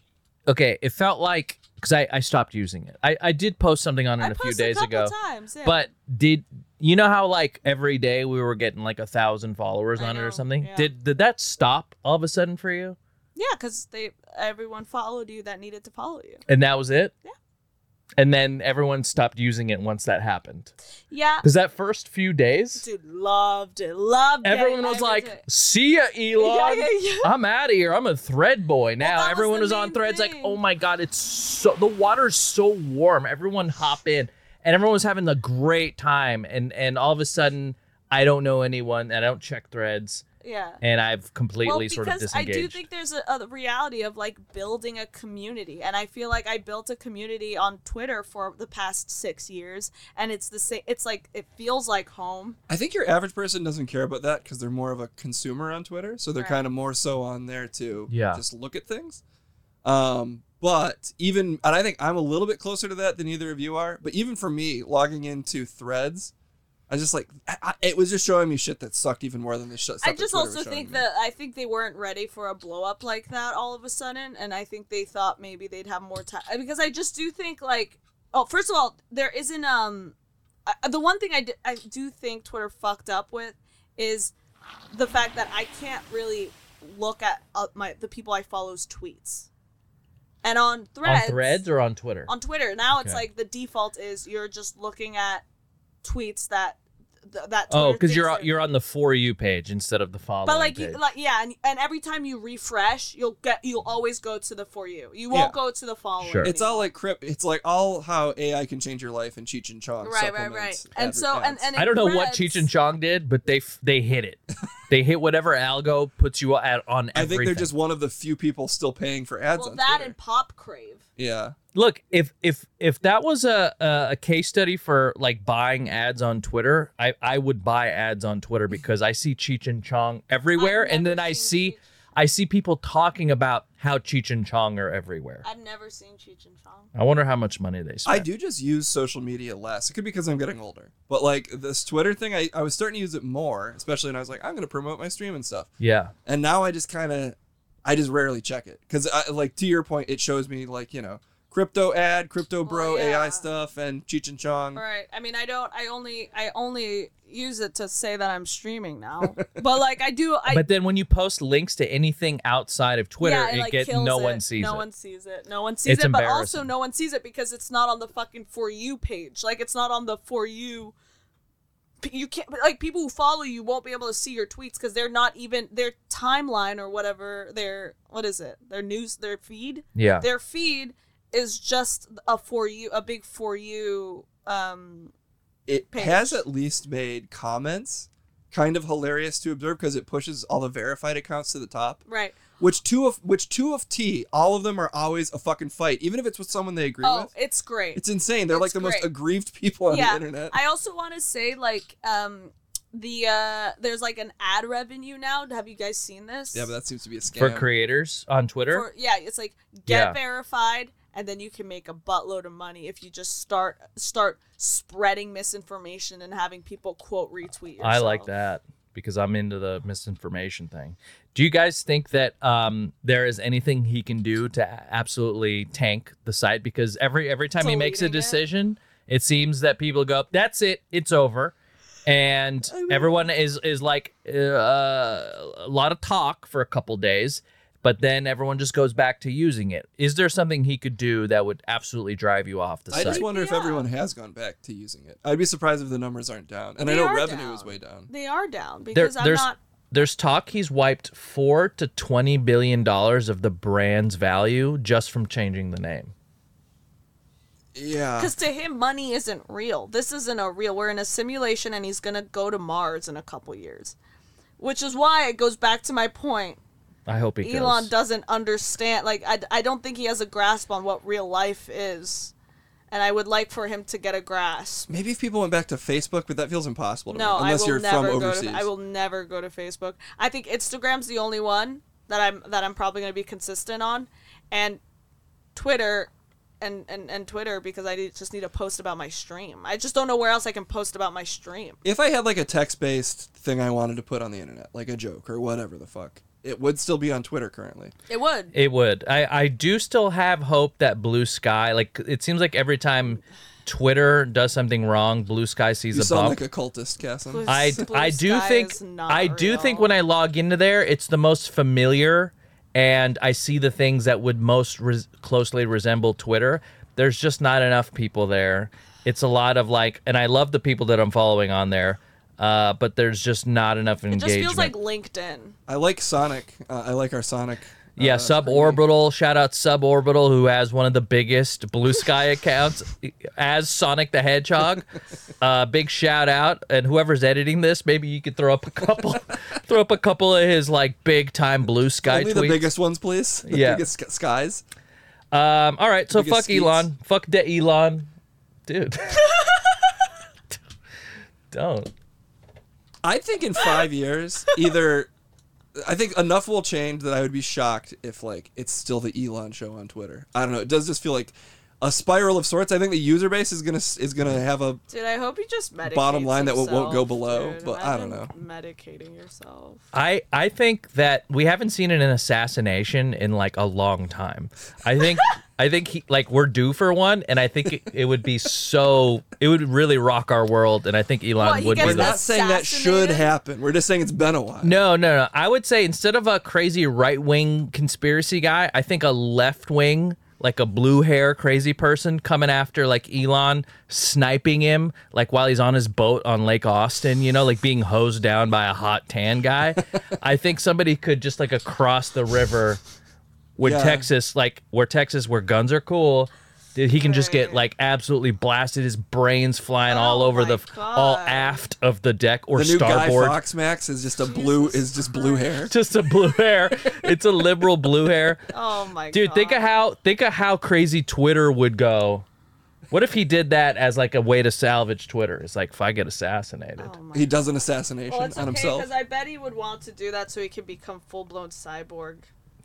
Okay, it felt like because I, I stopped using it. I, I did post something on it I a few posted days couple ago. Times, yeah. But did you know how like every day we were getting like a thousand followers I on it know, or something? yeah. Did did that stop all of a sudden for you? yeah, because they everyone followed you that needed to follow you. And that was it. Yeah. And then everyone stopped using it once that happened. Yeah, Because that first few days, dude, loved it, loved it. everyone I was was like, it. "See ya, Elon." <laughs> Yeah, yeah, yeah. I'm out of here. I'm a thread boy now. that was Everyone the was, on main threads like, thing. oh my god, it's so the water's so warm. Everyone hop in, and everyone was having a great time. And and all of a sudden, I don't know anyone. I don't check threads, yeah. and I've completely well, sort of because I disengaged. do think there's a, a reality of like building a community, and I feel like I built a community on Twitter for the past six years, and it's the same. It's like it feels like home. I think your average person doesn't care about that because they're more of a consumer on Twitter, so they're Right. kind of more so on there to Yeah. just look at things. Um, but even, and I think I'm a little bit closer to that than either of you are. But even for me, logging into Threads, I just like I, I- it was just showing me shit that sucked even more than the sh- stuff. I that just Twitter was also showing think me. that I think they weren't ready for a blow up like that all of a sudden, and I think they thought maybe they'd have more time because I just do think like oh, first of all, there isn't um I, the one thing I d- I do think Twitter fucked up with is the fact that I can't really look at uh, my the people I follow's tweets, and on on Threads threads or on Twitter. on Twitter now it's Okay. like the default is you're just looking at tweets that. th- That oh, Twitter because thinks you're are- on- you're on the for you page instead of the following. but like, you, page. like yeah, and, and every time you refresh, you'll get you'll always go to the for you. You Yeah. won't go to the following. Sure. it's all like crip. It's like all how AI can change your life and Cheech and Chong. right, right, right. supplements And adver- so and ads. and I don't know what Threads- Cheech and Chong did, but they f- they hit it. they hit whatever algo puts you at, on. I think everything. they're just one of the few people still paying for ads Well, on that Twitter. and Pop Crave. yeah, look if if if that was a a, a case study for like buying ads on twitter i i would buy ads on <laughs> twitter because i see cheech and chong everywhere I've and never then i seen see i see people talking about how cheech and chong are everywhere I've never seen Cheech and Chong. i wonder how much money they spend I do just use social media less. It could be because I'm getting older. But like this Twitter thing, I, I was starting to use it more, especially when I was like, I'm going to promote my stream and stuff. yeah And now I just kind of, I just rarely check it. Because like to your point, it shows me like, you know, crypto ad, crypto bro Oh, yeah. AI stuff, and Cheech and Chong. All right. I mean, I don't. I only. I only use it to say that I'm streaming now. but like, I do. I but then when you post links to anything outside of twitter yeah, it, like, get kills no it. one sees no it one sees it. No one sees It's it. But also, embarrassing. no one sees it because it's not on the fucking for you page. Like it's not on the for you. p- You can't but, like people who follow you won't be able to see your tweets because they're not even they're timeline or whatever their what is it their news their feed Yeah. their feed is just a for you a big for you um it page. has at least made comments kind of hilarious to observe because it pushes all the verified accounts to the top. right Which two of which two of T, all of them are always a fucking fight, even if it's with someone they agree oh with. it's great It's insane. They're like it's the most great. aggrieved people on Yeah, the internet. I also want to say like um the uh there's like an ad revenue now. Have you guys seen this? yeah, but that seems to be a scam. For creators on Twitter. For- yeah, it's like get Yeah. verified and then you can make a buttload of money if you just start start spreading misinformation and having people quote retweet I like yourself. that because I'm into the misinformation thing. Do you guys think that um, there is anything he can do to a- absolutely tank the site? Because every every time he makes a Deleting it? decision, it? seems that people go, "That's it, it's over," and everyone is is like uh, a lot of talk for a couple days. But then everyone just goes back to using it. Is there something he could do that would absolutely drive you off the I site? just wonder if Yeah. everyone has gone back to using it. I'd be surprised if the numbers aren't down. And I They know are revenue down. is way down. They are down because I'm there's- not There's talk he's wiped four to twenty billion dollars of the brand's value just from changing the name. Yeah. because to him money isn't real. This isn't a real. We're in a simulation and he's gonna go to Mars in a couple years, which is why it goes back to my point. I hope he Elon goes. doesn't understand. Like, I, I don't think he has a grasp on what real life is. And I would like for him to get a grasp. Maybe if people went back to Facebook, but that feels impossible to No, me. I Unless will you're never from go overseas. to. I will never go to Facebook. I think Instagram's the only one that I'm that I'm probably going to be consistent on, and Twitter, and, and and Twitter because I need- just need to post about my stream. I just don't know where else I can post about my stream. if I had like a text based thing I wanted to put on the internet, like a joke or whatever the fuck, it would still be on Twitter currently. It would. It would. I I do still have hope that Blue Sky. Like it seems like every time Twitter does something wrong, Blue Sky sees You a sound bump. like a cultist, Cassim. I <laughs> Blue I do Sky think is not I do real. think when I log into there, it's the most familiar, and I see the things that would most res- closely resemble Twitter. There's just not enough people there. It's a lot of like, and I love the people that I'm following on there, uh, but there's just not enough it engagement. just feels like LinkedIn. I like Sonic. Uh, I like our Sonic. yeah, uh, Suborbital. Shout out Suborbital, who has one of the biggest Blue Sky <laughs> accounts as Sonic the <laughs> Hedgehog. Uh, big shout out, and whoever's editing this, maybe you could throw up a couple, <laughs> throw up a couple of his like big time Blue Sky Only tweets. the biggest ones, please. <laughs> The Yeah. biggest sk- skies. um, all right, so biggest fuck skeets. Elon, fuck the Elon, <laughs> dude. Don't. I think in five years, either. I think enough will change that I would be shocked if like it's still the Elon show on Twitter. I don't know. It does just feel like a spiral of sorts. I think the user base is gonna s- is gonna have a Dude, I hope you just medicates Bottom line that yourself, won't- won't go below, dude. but I don't Imagine Medicating yourself. I I think that we haven't seen an assassination in like a long time. I think I think he, like we're due for one, and I think it, it would be so it would really rock our world, and I think Elon What, he would gets be We're the not saying that should Assassinated? happen. We're just saying it's been a while. no, no, no. I would say instead of a crazy right wing conspiracy guy, I think a left wing, like a blue hair crazy person coming after like Elon, sniping him like while he's on his boat on Lake Austin, you know, like being hosed down by a hot tan <laughs> guy. I think somebody could just like across the river with Yeah. Texas, like where Texas, where guns are cool. He can just get Right. like absolutely blasted, his brains flying all Oh over the my all God. aft of the deck or The new starboard guy Fox Max is just a blue is just blue hair. <laughs> just a blue hair. It's a liberal blue hair. Oh my Dude, god. think of how think of how crazy Twitter would go. What if he did that as like a way to salvage Twitter? It's like if I get assassinated. Oh my He does an assassination well, it's on okay himself. because I bet he would want to do that so he can become full blown cyborg. <laughs>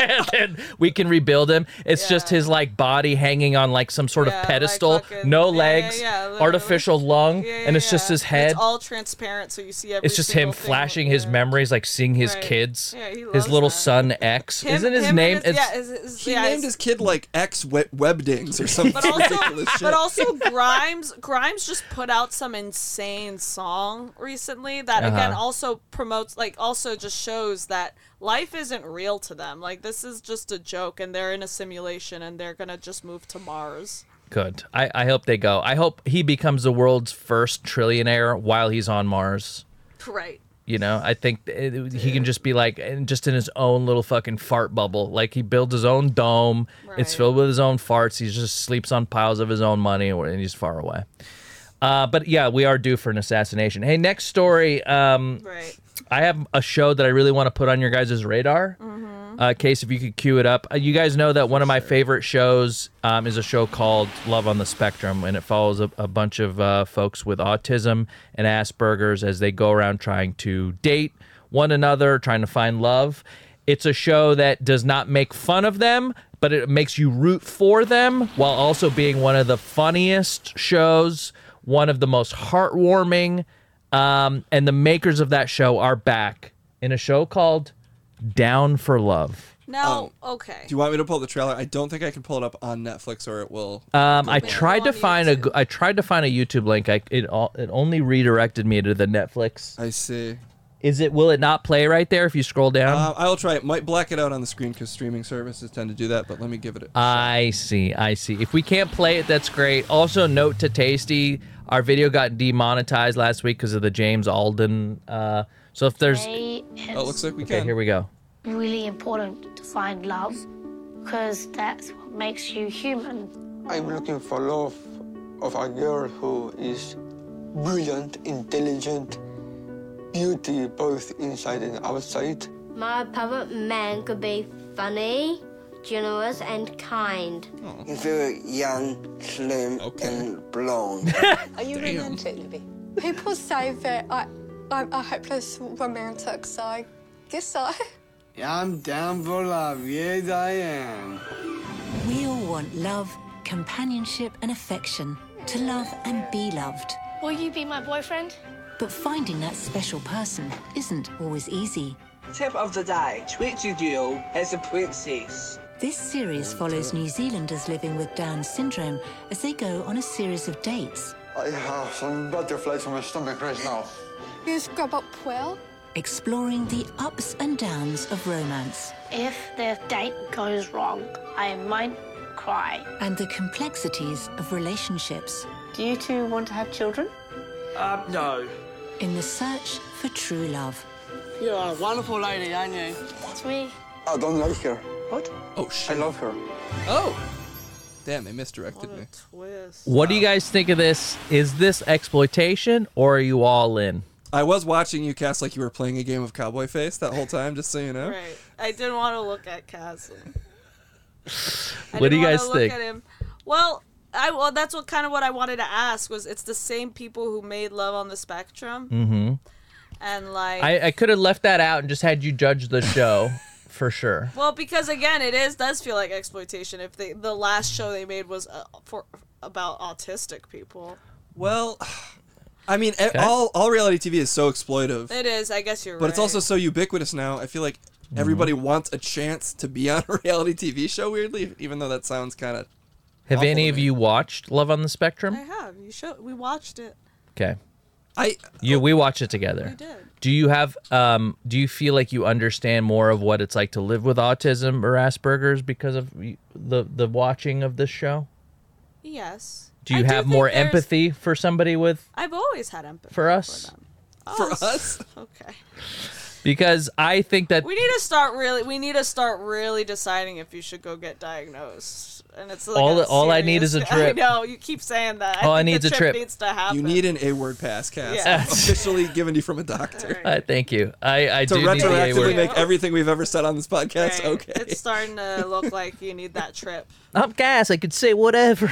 and then we can rebuild him. It's just Yeah. his like body hanging on like some sort Yeah, of like pedestal, fucking- no yeah, yeah, legs, yeah, literally. artificial lung, Yeah, and it's yeah, just yeah. his head. It's all transparent, so you see everything. It's just him flashing his memories, like seeing his Right. kids, Yeah, he his loves little that. son X. Isn't his name? His, it's- yeah, his, his, he yeah, named his kid like X we- Webdings or something But also- ridiculous shit. <laughs> But also Grimes Grimes just put out some insane song recently that again Uh-huh. also promotes like also just shows that life isn't real to them. Like this is just a joke and they're in a simulation and they're going to just move to Mars. Good. I, I hope they go. I hope he becomes the world's first trillionaire while he's on Mars. Right. You know, I think it- it- he can just be like, and just in his own little fucking fart bubble. Like he builds his own dome. It's Right. filled with his own farts. He just sleeps on piles of his own money, or- and he's far away. Uh, but yeah, we are due for an assassination. Hey, next story. Um, Right. I have a show that I really want to put on your guys' radar. Uh, Case, if you could cue it up. Uh, you guys know that one of my favorite shows um, is a show called Love on the Spectrum, and it follows a, a bunch of uh, folks with autism and Asperger's as they go around trying to date one another, trying to find love. It's a show that does not make fun of them, but it makes you root for them while also being one of the funniest shows, one of the most heartwarming. Um, and the makers of that show are back in a show called Down for Love. Now, okay. Do you want me to pull the trailer? I don't think I can pull it up on Netflix or it will. Um, I Available tried to on find a YouTube. g- I tried to find a YouTube link. I it all, it only redirected me to the Netflix. I see. Is it will it not play right there if you scroll down? Um, I will try it. Might black it out on the screen because streaming services tend to do that, but let me give it a. I see. I see. If we can't play it, that's great. Also, note to Tasty, our video got demonetized last week because of the James Alden. Uh, so if there's okay, Today, oh, it looks like we can. here we go. really important to find love because that's what makes you human. I'm looking for love of a girl who is brilliant, intelligent, beauty both inside and outside. My puppet man could be funny, generous, and kind. He's very young, slim, Okay. and blonde. Are you romantic, Libby? People say that I, I'm a hopeless romantic, so I guess <laughs> I. I'm down for love, yes I am. We all want love, companionship, and affection. To love and be loved. Will you be my boyfriend? But finding that special person isn't always easy. Tip of the day, treat your girl as a princess. This series follows New Zealanders living with Down syndrome as they go on a series of dates, I have some butterflies in my stomach right now. You scrub up well. exploring the ups and downs of romance If the date goes wrong, I might cry. and the complexities of relationships Do you two want to have children? Uh, no. in the search for true love. You're a wonderful lady, aren't you? That's me. I don't like her. Oh I shit! love her. Oh, damn! They misdirected What a me. twist. What do you guys think of this? Is this exploitation or are you all in? I was watching you cast like you were playing a game of Cowboy Face that whole time, just so you know. Right. I didn't want to look at Castle. What do you guys think? Look at him. Well, I well that's what kind of what I wanted to ask was it's the same people who made Love on the Spectrum. Mm-hmm. And like, I, I could have left that out and just had you judge the show for sure. well, because again, it is does feel like exploitation. If they the last show they made was uh, for about autistic people, Well, <sighs> I mean, e- all all reality TV is so exploitive, it is. I guess you're right. but it's also so ubiquitous now. I feel like everybody Mm-hmm. wants a chance to be on a <laughs> reality TV show. Weirdly, even though that sounds kind of Have Awful any to of me. you watched Love on the I Spectrum? have you show we watched it. Okay. I You we watched it together. We did. Do you have um do you feel like you understand more of what it's like to live with autism or Asperger's because of y- the the watching of this show? Yes. Do I you have think more there's- empathy for somebody with I've always had empathy for us? them. for Oh, us. Okay. Because I think that We need to start really. We need to start really deciding if you should go get diagnosed. And it's like All- a all I need serious- <laughs> is a trip. I know you keep saying that. All I think need's the a trip trip. needs to happen. You need an A word pass, Cass. Yeah. Officially given to you from a doctor. uh, thank you. I I To do need the A retroactively word. make everything we've ever said on this podcast Right. okay. It's starting to look like you need that trip. I'm gas. I could say <laughs> whatever.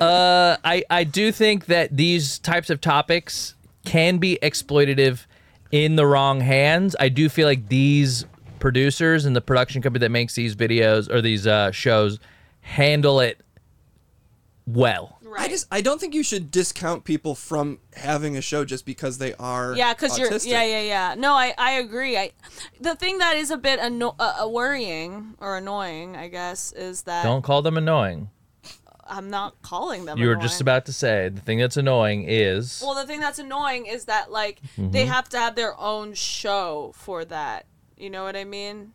uh, I I do think that these types of topics can be exploitative in the wrong hands. I do feel like these producers and the production company that makes these videos or these uh, shows handle it well. Right. I just I don't think you should discount people from having a show just because they are yeah, because you're. autistic. Yeah, yeah, yeah. No, I, I agree. I, the thing that is a bit anno- uh, uh, worrying or annoying, I guess, is that Don't call them annoying. I'm not calling them. You were just annoying. about to say the thing that's annoying is Well, the thing that's annoying is that Mm-hmm. like they have to have their own show for that. You know what I mean?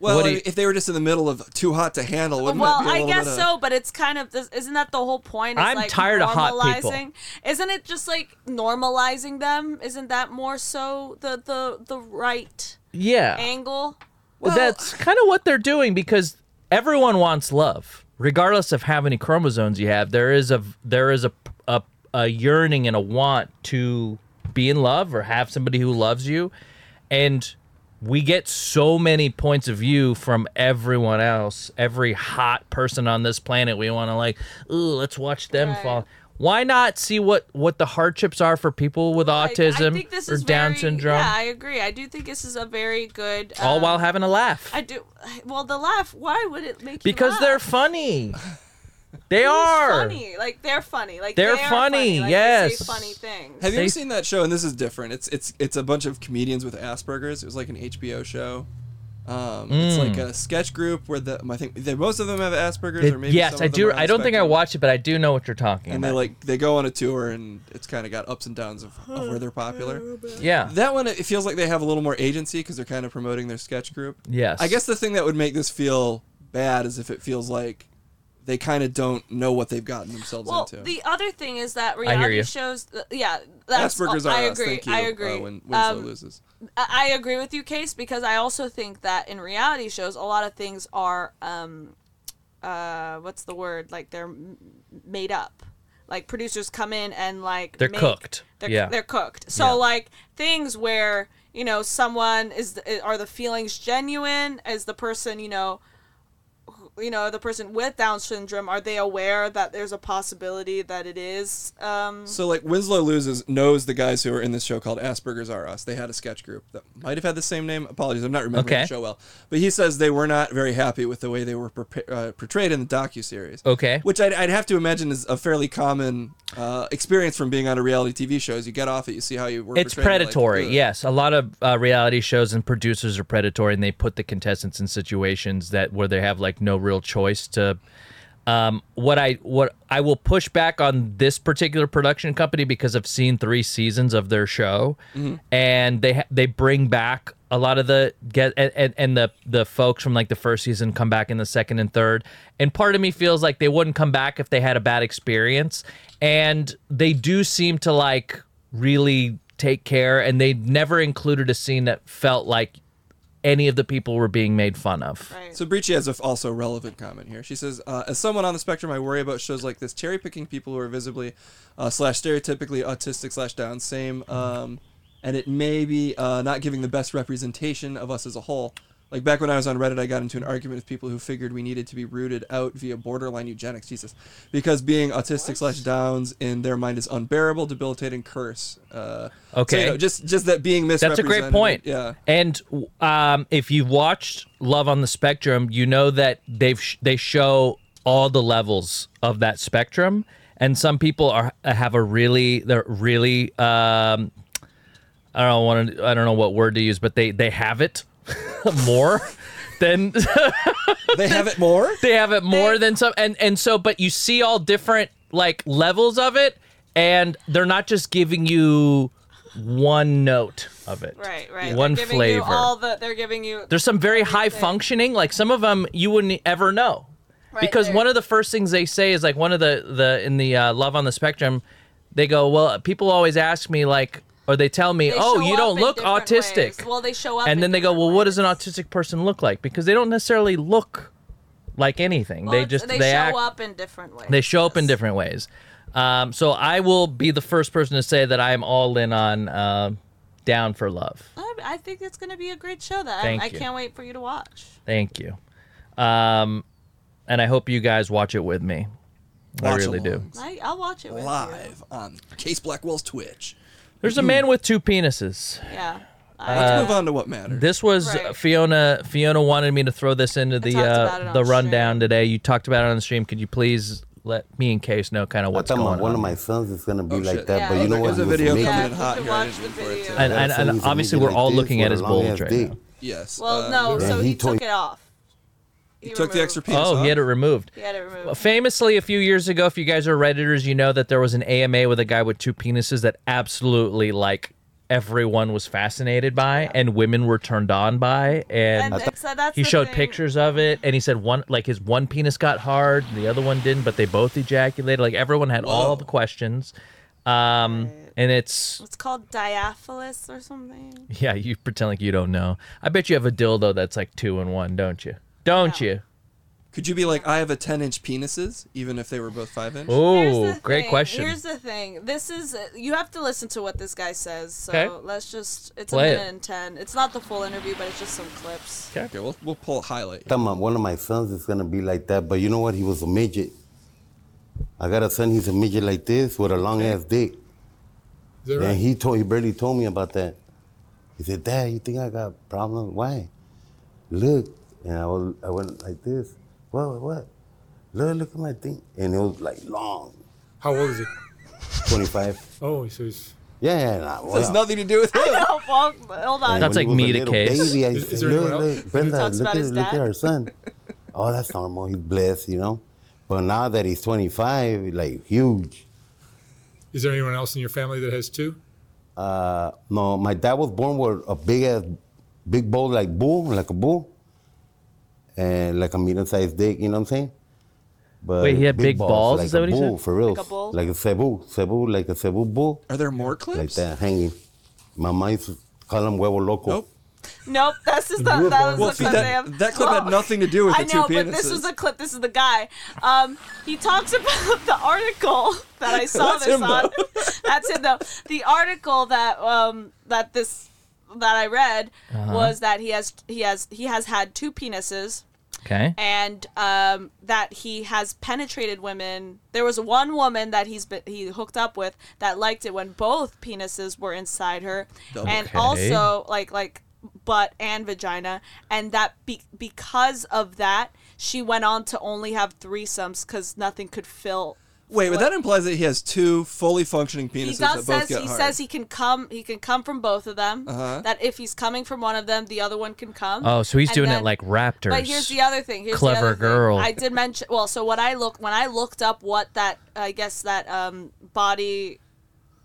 Well, What do I you- mean, if they were just in the middle of too hot to handle, wouldn't well, that be a I little guess bit of- so, but it's kind of this. Isn't that the whole point? It's I'm like tired of hot people. normalizing. Isn't it just like normalizing them? Isn't that more so the the the right Yeah. angle? Well, that's kind of what they're doing because everyone wants love, regardless of how many chromosomes you have. There is a there is a a, a yearning and a want to be in love or have somebody who loves you, and we get so many points of view from everyone else. Every hot person on this planet, we want to like, ooh, let's watch them fall. Why not see what what the hardships are for people with Like, autism I think this or is Down very- syndrome, Yeah, I agree. I do think this is a very good. all um, while having a laugh? I do. Well, the laugh. Why would it make you Because laugh? they're <laughs> funny. They Who's are. funny. Like they're funny. Like They're they are funny, Like, They yes. say funny things. Have you ever They- seen that show? And this is different. It's it's it's a bunch of comedians with Aspergers. It was like an HBO show. Um, It's Mm. like a sketch group where the I think they, most of them have Aspergers, They- or maybe yes, some I of them do. are on I don't think I spectrum. watched it, but I do know what you're talking And they about. like they go on a tour, and it's kind of got ups and downs of, of where they're popular. yeah. That one, it feels like they have a little more agency because they're kind of promoting their sketch group. Yes. I guess the thing that would make this feel bad is if it feels like they kind of don't know what they've gotten themselves Well, into. the other thing is that hear reality you. shows. th- yeah, that's. Asperger's oh, are I us. agree. Thank you. I agree. Uh, when Winslow Um, loses. I I agree with you, Case, because I also think that in reality shows, a lot of things are, um, uh, what's the word? Like they're m- made up. Like producers come in and like They're make- cooked. They're, Yeah. they're cooked. So Yeah. like things where you know someone is are the feelings genuine? Is the person you know you know the person with down syndrome are they aware that there's a possibility that it is um So like Winslow loses knows the guys who are in this show called Asperger's Are Us. They had a sketch group that might have had the same name. Apologies, I'm not remembering Okay. the show well. But he says they were not very happy with the way they were prepa- uh, portrayed in the docu series. Okay. Which I'd, I'd have to imagine is a fairly common uh, experience from being on a reality TV show. Is you get off it, you see how you were. It's portrayed, and you're like, predatory. "Ugh." yes, a lot of uh, reality shows and producers are predatory, and they put the contestants in situations that where they have like no real choice to. Um, what I what I will push back on this particular production company because I've seen three seasons of their show, and they ha- they bring back a lot of the get and, and, and the the folks from like the first season come back in the second and third, and part of me feels like they wouldn't come back if they had a bad experience, and they do seem to like really take care and they never included a scene that felt like any of the people were being made fun of right So Breachy has a f- also relevant comment here. She says, uh, "As someone on the spectrum, I worry about shows like this cherry picking people who are visibly uh, slash stereotypically autistic slash Down same, um, and it may be uh, not giving the best representation of us as a whole." Like back when I was on Reddit, I got into an argument with people who figured we needed to be rooted out via borderline eugenics, Jesus, because being autistic slash Downs in their mind is unbearable, debilitating curse. Uh, so, you Okay. know, just just that being misrepresented. that's a great point Yeah. and um, if you've watched love on the spectrum you know that they've sh- they show all the levels of that spectrum and some people are have a really they're really um, i don't want to i don't know what word to use but they they have it <laughs> more than they have it more. <laughs> they have it more than some and and so but you see all different like levels of it and they're not just giving you one note of it right right one they're giving flavor you all the they're giving you there's some very high functioning like some of them you wouldn't e-, ever know because there. one of the first things they say is like one of the the in the uh, love on the spectrum they go well people always ask me like or they tell me they oh show you up don't in look different autistic ways. well they show up and in then they go different well what does ways. an autistic person look like because they don't necessarily look like anything Well, they it's- just they, they, show act up in different ways they show up in different ways. Um, so I will be the first person to say that I am all in on uh, Down for Love. I, I think it's gonna be a great show that Thank I, I you. can't wait for you to watch Thank you. Um, and I hope you guys watch it with me. I Watch really do. alongs. I, I'll watch it with live on Case Blackwell's Twitch. There's a man with two penises. you yeah Let's I, Uh, move on to what matters. This was Right. Fiona. Fiona wanted me to throw this into the talked about it uh, on the the rundown stream. today. You talked about it on the stream. Could you please let me and Case know kind of what's I thought my- going one on? of my sons is gonna be Oh, like shit. that, Yeah, but you know there's what? a It was video me. coming yeah, in you hot can here. I watch didn't the mean for it to- video and and, That's the and reason obviously we we're get all like this looking with at a his long-ass bulge right <laughs> dick. now. Yes. well uh, no Yeah, so he he took told- it off He took the removed- extra piece. Oh, off. he had it removed. he had it removed Famously, a few years ago, if you guys are Redditors, you know that there was an AMA with a guy with two penises that absolutely like everyone was fascinated by and women were turned on by and, And it's- that's he the showed thing. pictures of it and he said one like his one penis got hard and the other one didn't but they both ejaculated like everyone had all the questions um and it's <laughs> It's called diaphalous or something. yeah you pretend like you don't know i bet you have a dildo that's like two in one don't you don't you Could you be like, I have a 10 inch penises, even if they were both 5 inch? oh the great thing. question Here's the thing. This is uh, you have to listen to what this guy says. So Okay. let's just it's Play a it. minute and ten. It's not the full interview, but it's just some clips. Okay, we'll, we'll pull a highlight. Talking about one of my sons is gonna be like that, but you know what? He was a midget. I got a son. He's a midget like this with a long ass dick. that And right? he told he barely told me about that. He said, "Dad, you think I got problems? Why? Look." And I was, I went like this. What? What? Look, look at my thing. And it was like long. How old is he? Twenty-five. Oh, so he's. Yeah, yeah. Nah, This well, has nothing to do with I know, Paul, hold on. and when he was a little Baby, I Is- is said, there anyone look, else? look, Brenda, Talks look about at, his look at dad. her <laughs> son. oh, that's normal. He's blessed, you know. But now that he's 25, like huge. Is there anyone else in your family that has two? Uh, no, my dad was born with a big ass, big bull like bull, like a bull, and like a medium-sized dick. You know what I'm saying? But Wait, he had big balls? Like Is that a what he bull, said? For real, Like a bull? like a cebu, cebu, like a cebu bull, Are there more clips? Oh, like that hanging. My mom used to call him huevo loco. Nope, that's just the, Well, that was see, the clip that- they have. that clip had nothing to do with I the two know, but this penises. was a clip. This is the guy. Um, he talks <laughs> about the article that <laughs> I saw That's this him, on. <laughs> That's it, though. The article that um that this that I read Uh-huh. was that he has he has he has had two penises okay and um, that he has penetrated women. There was one woman that he's been, he hooked up with that liked it when both penises were inside her, and Okay. also like like butt and vagina, and that be- because of that she went on to only have threesomes because nothing could fill. Wait, but what- that implies that he has two fully functioning penises he that does both says get he hard. says he can come he can come from both of them. Uh-huh. That if he's coming from one of them, the other one can come. oh so he's And doing then- it like raptors but here's the other thing. Here's Clever the other girl. Thing. I did mention. Well, so what I look when I looked up what that I guess that um body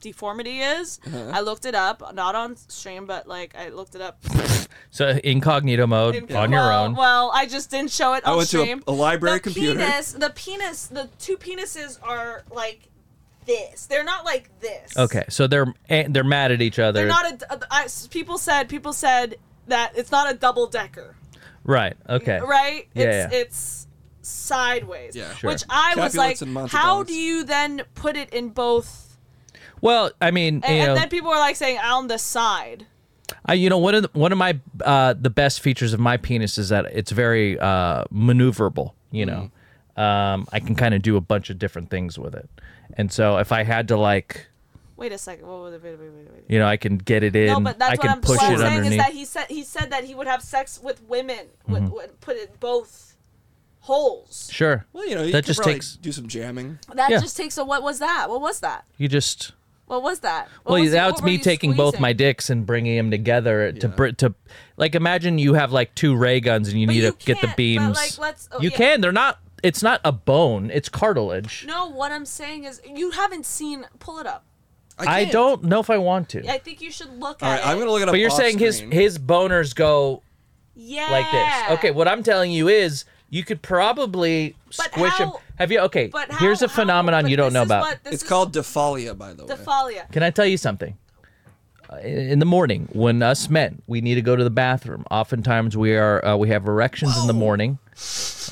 deformity is. Uh-huh. I looked it up, not on stream, but like I looked it up so incognito mode <laughs> in- on your well, own Well, I just didn't show it I on went to a- stream. a library the computer. Penis, the penis, the two penises are like this. They're not like this. okay so they're eh, they're mad at each other They're not a. I, people said people said that it's not a double decker. right okay Right? yeah, it's yeah. it's sideways. Yeah. Sure. Which I was Capulets like, and Montalbans. how do you then put it in both? well i mean And, you and know, then people were like saying on the side. I, you know, one of the, one of my uh, the best features of my penis is that it's very uh, maneuverable. You know, Mm. um, I can kind of do a bunch of different things with it, and so if I had to like, Wait a second. What was it? Wait, wait, wait, wait. you know, I can get it in. No, but that's I what can I'm, push what I'm it saying underneath. is that he said he said that he would have sex with women, would, Mhm. would put it both holes. sure. Well, you know, you that could just probably takes. Do some jamming. That Yeah. just takes a what was that? What was that? You just. What was that? What Well, was it- now what it's were me you taking both squeezing? my dicks and bringing them together to br to, like, imagine you have like two ray guns and you need to get the beams. like, let's- oh, you yeah. can. They're not. It's not a bone. It's cartilage. No, what I'm saying is you haven't seen. Pull it up. I, don't know if I want to. I think you should look All at right, it. But you're saying his his boners go yeah. like Ah. this. Okay, what I'm telling you is you could probably squish him. Have you? Okay, but here's a phenomenon you don't know about. what- this It's is- called defalia, by the way. Defalia. Can I tell you something? Uh, In the morning, when us men, we need to go to the bathroom. Oftentimes, we are uh, we have erections in the morning.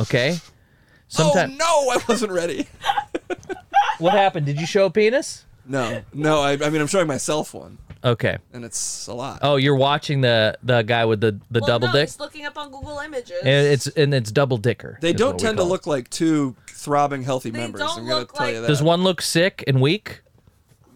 Okay. Oh, Sometimes. Oh no, I wasn't ready. What happened? Did you show a penis? <laughs> No, no. I, I mean, I'm showing myself one, Okay. and it's a lot. Oh, you're watching the the guy with the the Well, double no, dick. It's looking up on Google Images. And it's and it's double dicker. They is don't what we tend to call it. look like two throbbing, healthy members. don't I'm gonna look tell you that. Does one look sick and weak?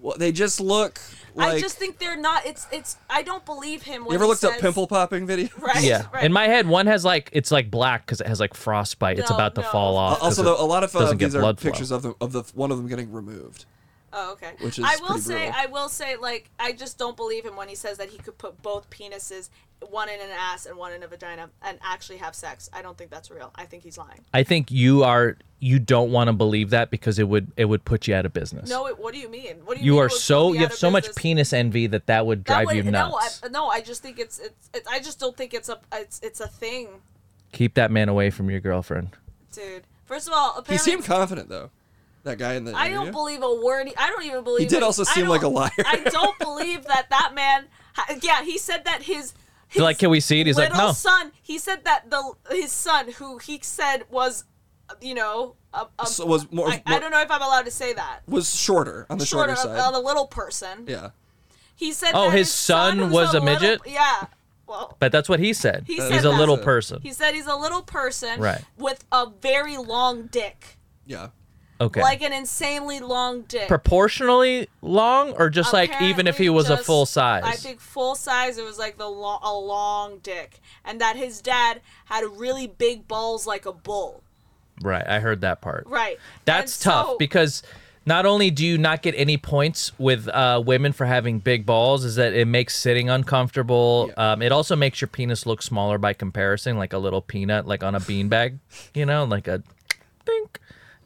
Well, they just look like. I just think they're not. It's it's. I don't believe him. When you ever he looked up says- pimple popping video? <laughs> Right. yeah. Right. In my head, one has like it's like black because it has like frostbite. it's No, about to no. fall off. Oh, 'cause Also, it though, a lot of uh, doesn't get these are blood pictures flow. of the of the one of them getting removed. Oh, okay. Which is I will pretty say, brutal. I will say, like, I just don't believe him when he says that he could put both penises, one in an ass and one in a vagina, and actually have sex. I don't think that's real. I think he's lying. I think you are you don't want to believe that because it would it would put you out of business. No, it, what do you mean? What do you? you mean are it would so put me you out have of so much business? penis envy that that would drive That you would- nuts. No, I, uh, no, I just think it's, it's it's I just don't think it's a it's it's a thing, Keep that man away from your girlfriend. dude. First of all, apparently He seemed confident though. That guy in the I don't interview. believe a word. He, I don't even believe. He did it. also I seem don't- like a liar. I don't believe that that man. ha- Yeah, he said that his They're like, can we see it? He's like, little no. son. He said that the his son, who he said was, you know, a, a- So was more- I, I more- don't know if I'm allowed to say that. was shorter on the shorter, side. on a little person. yeah. He said. Oh, that his son was a little- midget? yeah. Well, But that's what he said. He He's said a that. little person. he said he's a little person Right. with a very long dick, Yeah. Okay. like an insanely long dick. Proportionally long, or just like even if he Apparently was a just- full size. I think full size. It was like the lo- a long dick, and that his dad had really big balls like a bull. Right. I heard that part. Right. That's And tough so- because not only do you not get any points with uh, women for having big balls, is that it makes sitting uncomfortable. Um, it also makes your penis look smaller by comparison, like a little peanut, like on a beanbag, <laughs> you know, like a think.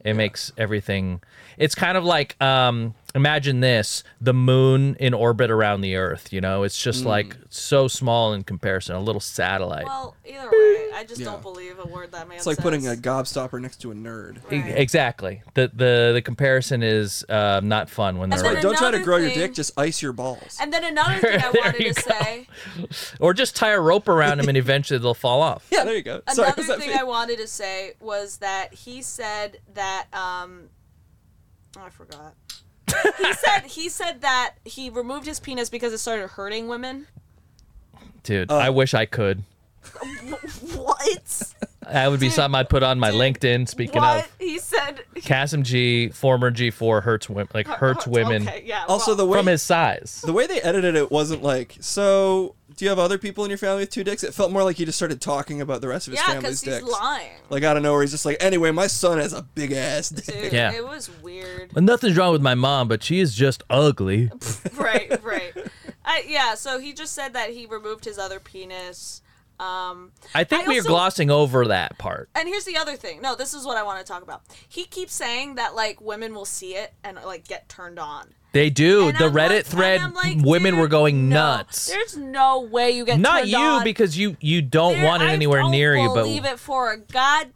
It makes everything. It's kind of like um, imagine this: the moon in orbit around the Earth. You know, it's just Mm. like so small in comparison, a little satellite. Well, either way, I just Yeah. don't believe a word that man It's like says. putting a gobstopper next to a nerd. E- Exactly. The the the comparison is uh, not fun when And they're then like- Don't try to Another grow your thing- dick, just ice your balls. And then another thing I <laughs> There wanted you to <laughs> say. or just tie a rope around them and eventually they'll fall off. Yeah, <laughs> there you go. Sorry, Another was that thing me? I wanted to say was that he said that um oh, I forgot. <laughs> he said he said that he removed his penis because it started hurting women. Dude, Uh, I wish I could. What? That would be something I'd put on my LinkedIn. Speaking what? of He said Casim G, former G4 hurts women, like Hurt- hurts hurts, women. Oh, okay, yeah, Also, the way from his size. the way they edited it wasn't like so. Do you have other people in your family with two dicks? It felt more like he just started talking about the rest of his Yeah, cuz family's he's dicks. lying. Like I don't know where he's just like. Anyway, my son has a big ass dick. Dude, Yeah. it was weird. <laughs> Well, nothing's wrong with my mom, but she is just ugly. right, right. I, yeah, so he just said that he removed his other penis. Um I think I we're also- glossing over that part. And here's the other thing. No, this is what I want to talk about. He keeps saying that like women will see it and like get turned on. They do. And the I'm Reddit like- thread, and I'm like, women were going No, nuts. There's no way you get Not turned you on. because you you don't There- want it I anywhere don't near you, but believe it for a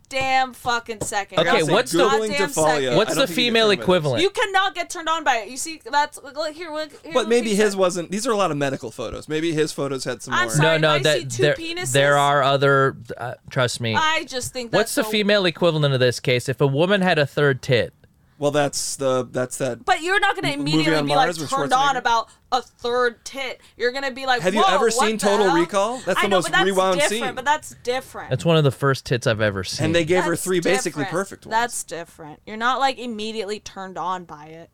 goddamn fucking second. Okay, Just a what's the- goddamn Googling Defalia. second. I what's don't the think you get female rid of it. equivalent? You cannot get turned on by it. You see, that's look here. Look, here <laughs> But look, maybe he his said- wasn't. These are a lot of medical photos. Maybe his photos had some I'm more. sorry. no, no, I that see two there, penises. there are other. Uh, trust me. I just think that's What's the a- female equivalent of this case? If a woman had a third tit, Well, that's the that's that. But you're not gonna M- immediately Movie on be like Mars with turned on Schwarzenegger? about a third tit. You're gonna be like, Have you "Whoa, ever what seen the Total hell?" Recall? That's I the know, most but that's rewound different, scene. But that's different. that's one of the first tits I've ever seen. and they gave her That's three basically different. perfect ones. That's different. You're not like immediately turned on by it.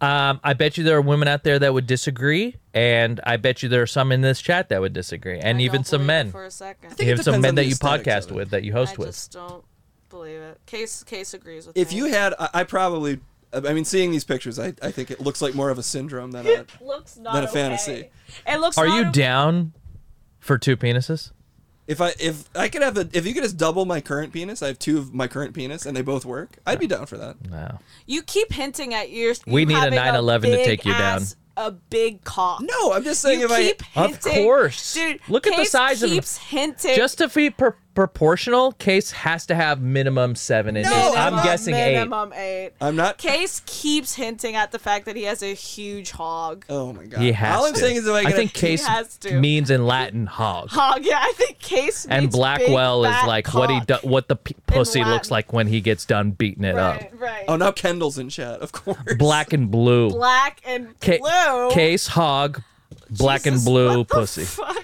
um, I bet you there are women out there that would disagree, and I bet you there are some in this chat that would disagree, and I even don't some believe men. it for a second. think it Even some depends men on that the you aesthetics podcast of it. with, that you host I with. just don't believe it. Case case agrees with If me. you had, I, I probably. I mean, seeing these pictures, I, I think it looks like more of a <laughs> syndrome than a looks not than a okay. fantasy. It looks. Are not you okay. down for two penises? If I if I could have a if you could just double my current penis, I have two of my current penis, and they both work. I'd be down for that. No. You keep hinting at your. We you need a having 9/11 to big take you down. ass- A big cock. No, I'm just saying you if I keep Of hinting, course. dude. Look at the Case size of- keeps hinting. Just to be pr- proportional, case has to have minimum seven inches. I'm Minimum, guessing eight. minimum eight. I'm not. Case keeps hinting at the fact that he has a huge hog. Oh my god! He has All I'm to. saying is if I, I could think have, case has to. means in Latin hog. Hog. Yeah, I think Case. and means Blackwell big, is fat like what he do, cock. what the p- pussy Latin. looks like when he gets done beating it Right, up. right. oh now Kendall's in chat, of course. Black and blue. Black and Ca- blue. Case hog, black and Jesus, blue what the pussy. fuck?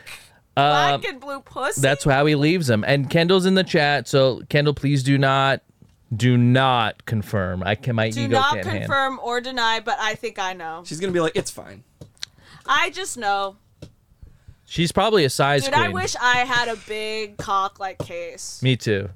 Um, Black and blue pussy. that's how he leaves him. And Kendall's in the chat, so Kendall, please do not, do not confirm. I can my Do ego not can't handle. confirm or deny, but I think I know. She's gonna be like, it's fine. I just know. She's probably a size Dude, queen. I wish I had a big cock like Case. Me too.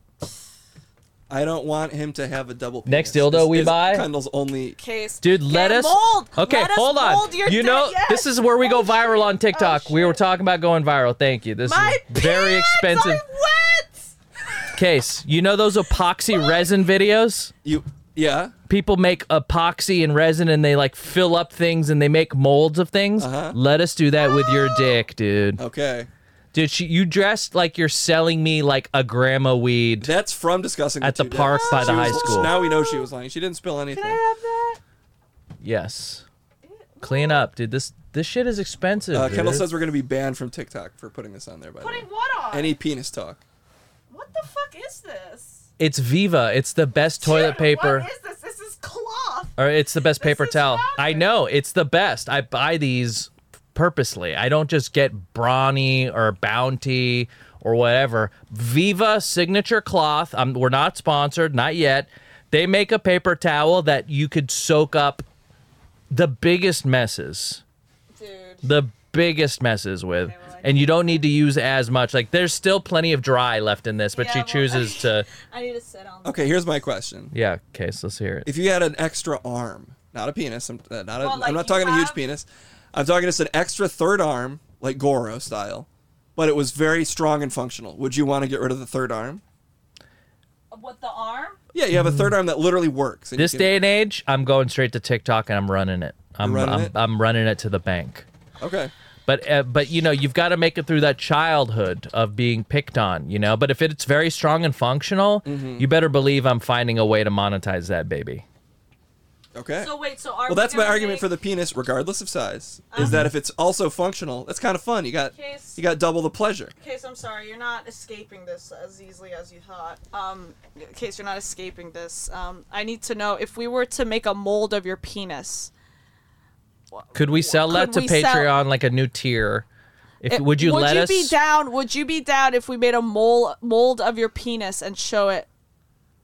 I don't want him to have a double. Penis. Next dildo Is- we is buy? Kendall's only case. Dude, let us. Get mold. Okay, Let us hold on. mold your you know, dick. Yes. this is where we go viral on TikTok. we were talking about going viral. Thank you. This Oh, My is very expensive. Case, you know those epoxy resin videos? You yeah. People make epoxy and resin and they like fill up things and they make molds of things. Uh-huh. Let us do that with your dick, dude. Okay. Dude, she, you dressed like you're selling me like a gram of weed. That's from discussing at the two dicks. park by the She high was- school. Now we know she was lying. She didn't spill anything. Yes. Clean up, dude. This this shit is expensive. Uh, dude. Kendall says we're going to be banned from TikTok for putting this on there. By putting the way. what on? Any penis talk. What the fuck is this? It's Viva. It's the best toilet paper. What is this? This is cloth. Or it's the best paper towel. I know, it's the best. I buy these purposely. I don't just get Brawny or Bounty or whatever. Viva signature cloth. Um, we're not sponsored, not yet. They make a paper towel that you could soak up the biggest messes. The biggest messes with. And you don't need to use as much. Like there's still plenty of dry left in this, but she chooses to I need to sit on. Okay, here's my question. Yeah, case, let's hear it. If you had an extra arm, not a penis, I'm uh, not. A, Well, like I'm not you talking a huge have- penis. I'm talking just an extra third arm, like Goro style, but it was very strong and functional. Would you want to get rid of the third arm? What the arm? Yeah, you have a third arm that literally works. and you This can- day and age, I'm going straight to TikTok and I'm running it. I'm running I'm, it? I'm running it to the bank. Okay. But uh, but you know you've got to make it through that childhood of being picked on, you know. But if it's very strong and functional, Mhm. Mm-hmm. you better believe I'm finding a way to monetize that baby. Okay. So wait, so are uh, Well, we that's my gonna Uh-huh. argument make- for the penis, regardless of size, is that if it's also functional, that's kind of fun. You got Case- you got double the pleasure. Case, I'm sorry, you're not escaping this as easily as you thought. Um, case, you're not escaping this. Um, I need to know if we were to make a mold of your penis. Could we sell that Could to we Patreon sell- like a new tier? If it- would you let us? be down? Would you be down if we made a mold mold of your penis and show it?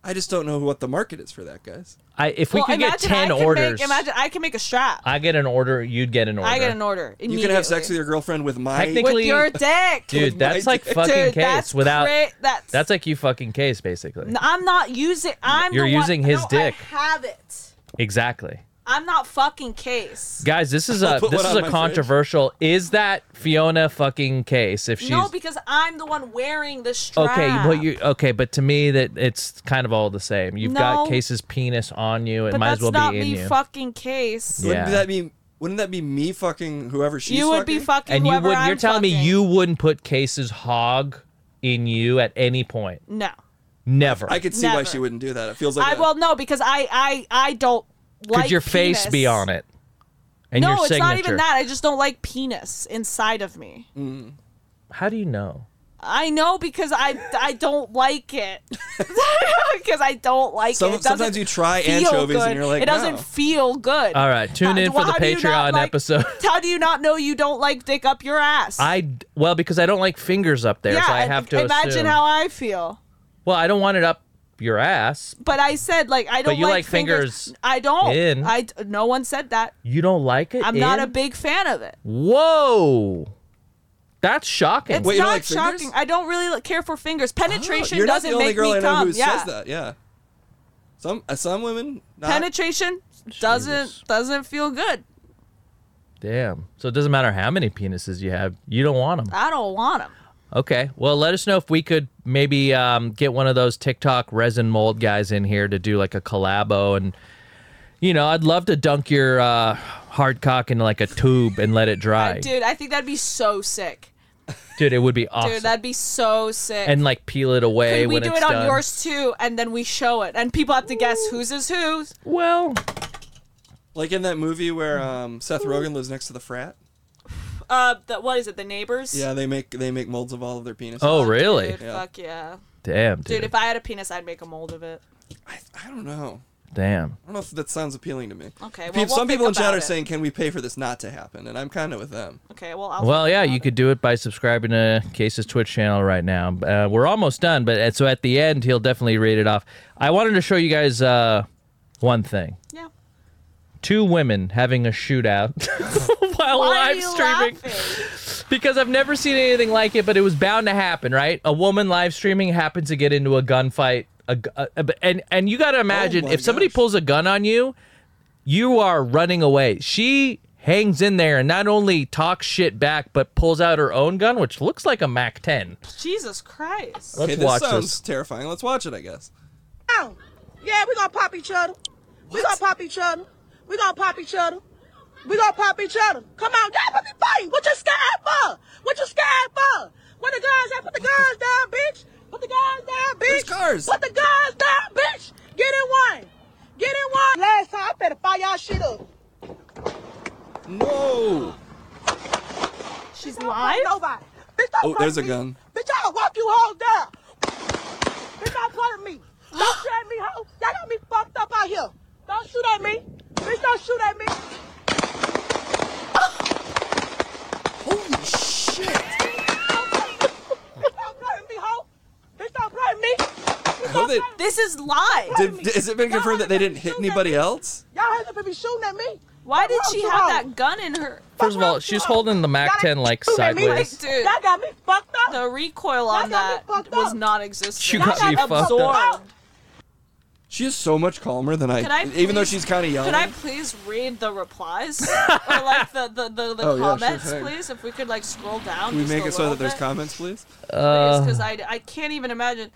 I just don't know what the market is for that, guys. I, if we Well, could get imagine I ten can make- orders, imagine I can make a strap. I get an order. You'd get an order. I get an order. You can have sex immediately. with your girlfriend with my Technically, With your dick, dude. That's like fucking Dude, case that's without. cra- that's. That's like you fucking case basically. No, I'm not using. I'm. You're the one- using his No, I dick. have it. Exactly. I'm not fucking case. Guys, this <laughs> is I'll a put this is one on a my fridge. controversial. Is that Fiona fucking case? If she's No, because I'm the one wearing the strap. okay, well you okay, but to me that it's kind of all the same. You've No. got case's penis on you. It but might that's as well not be in me you. fucking case. Wouldn't Yeah. that be wouldn't that be me fucking whoever she's you would be fucking and you whoever would. I'm You're telling fucking. me you wouldn't put case's hog in you at any point. No, Never. I could see why Never. she wouldn't do that. It feels like I a- well no because I I I don't Could like. your face be penis. on it? And no, your it's signature. not even that. I just don't like penis inside of me. How do you know? I know because I I don't like it <laughs> because I don't like Some- it. it. doesn't sometimes you try feel anchovies and good. you're like, it doesn't "No." feel good. All right, tune How- in for the how do you not Patreon like- <laughs> episode. How do you not know you don't like dick up your ass? I well because I don't like fingers up there, so I and have to imagine assume. how I feel. well, I don't want it up your ass. But I said like I But don't. you like like fingers I don't. in. I no one said that. You don't like it. I'm not a in? big fan of it. Whoa, that's shocking. It's not shocking. I don't really li- care for fingers. Penetration Oh, you're not doesn't the only make girl me I know come. who yeah. says that. Yeah. Some uh, some women not. Penetration doesn't doesn't feel good. Damn. So it doesn't matter how many penises you have, you don't want them. I don't want them. Okay. Well, let us know if we could maybe um, get one of those TikTok resin mold guys in here to do like a collabo and. You know, I'd love to dunk your uh, hard cock into like a tube and let it dry, Dude, I think that'd be so sick. Dude, It would be awesome. Dude, that'd be so sick. and like peel it away Could we when do it's it on done. yours too, and then we show it, and people have to guess whose is whose. Well, Like in that movie where um, Seth Rogen lives next to the frat. uh, the, what is it? The neighbors. Yeah, they make they make molds of all of their penises. Oh, really? Dude, Yeah. Fuck yeah. Damn, Dude, dude. if I had a penis, I'd make a mold of it. I don't know. Damn. I don't know if that sounds appealing to me. Okay, well, Pe- we'll some people in think chat about are it. saying, "Can we pay for this not to happen?" And I'm kind of with them. Okay, well, I'll Well, yeah, you could do it by subscribing to Case's Twitch channel right now. Uh, we're almost done, but at, so at the end, he'll definitely read it off. I wanted to show you guys uh, one thing. Yeah. Two women having a shootout <laughs> while Why are live you streaming because I've never seen anything like it, but it was bound to happen, right? A woman live streaming happens to get into a gunfight a, gu- a- a- and and you got to imagine Oh my if somebody pulls a gun on you, you are running away. She hangs in there and not only talks shit back, but pulls out her own gun, which looks like a Mac 10. Jesus Christ. Let's okay, this watch sounds this. terrifying. Let's watch it, I guess. down. Yeah, we gonna pop each other. We gonna pop each other. We gonna pop each other. We gonna pop each other. Come on, y'all gonna be fighting. What you scared for? What you scared for? Where the guys at? Put the guys down, bitch. Put the guys down, bitch. cars. Put the guys down, bitch. Get in one. Get in one. Last time, I better fire y'all shit up. No. She's lying. Nobody. Bitch, don't Oh, play there's a with me. gun. Bitch, I'll walk you hoes down. Bitch, don't play with me. <gasps> Don't shoot at me, hoe. Y'all got me fucked up out here. Don't shoot at me. Bitch, don't shoot at <gasps> me. Holy shit. Don't play with me, hoe. Bitch, don't play with me. I hope they- This is live. Did, has it been confirmed that they didn't hit anybody else? Y'all heard the baby shooting at me. Why did Fuck she you have hoes. that gun in her? First of all, she's holding the Mac 10 like sideways. dude. That got me fucked up. The recoil on that was non-existent. She got me fucked up. She is so much calmer than I. Could I even though please- she's kind of yelling. Could I please read the <laughs> replies or like the the, the, the Oh, yeah, sure comments, thing. please? If we could like scroll down. Can we just make a it so that little there's bit? comments, please? because I, I can't even imagine.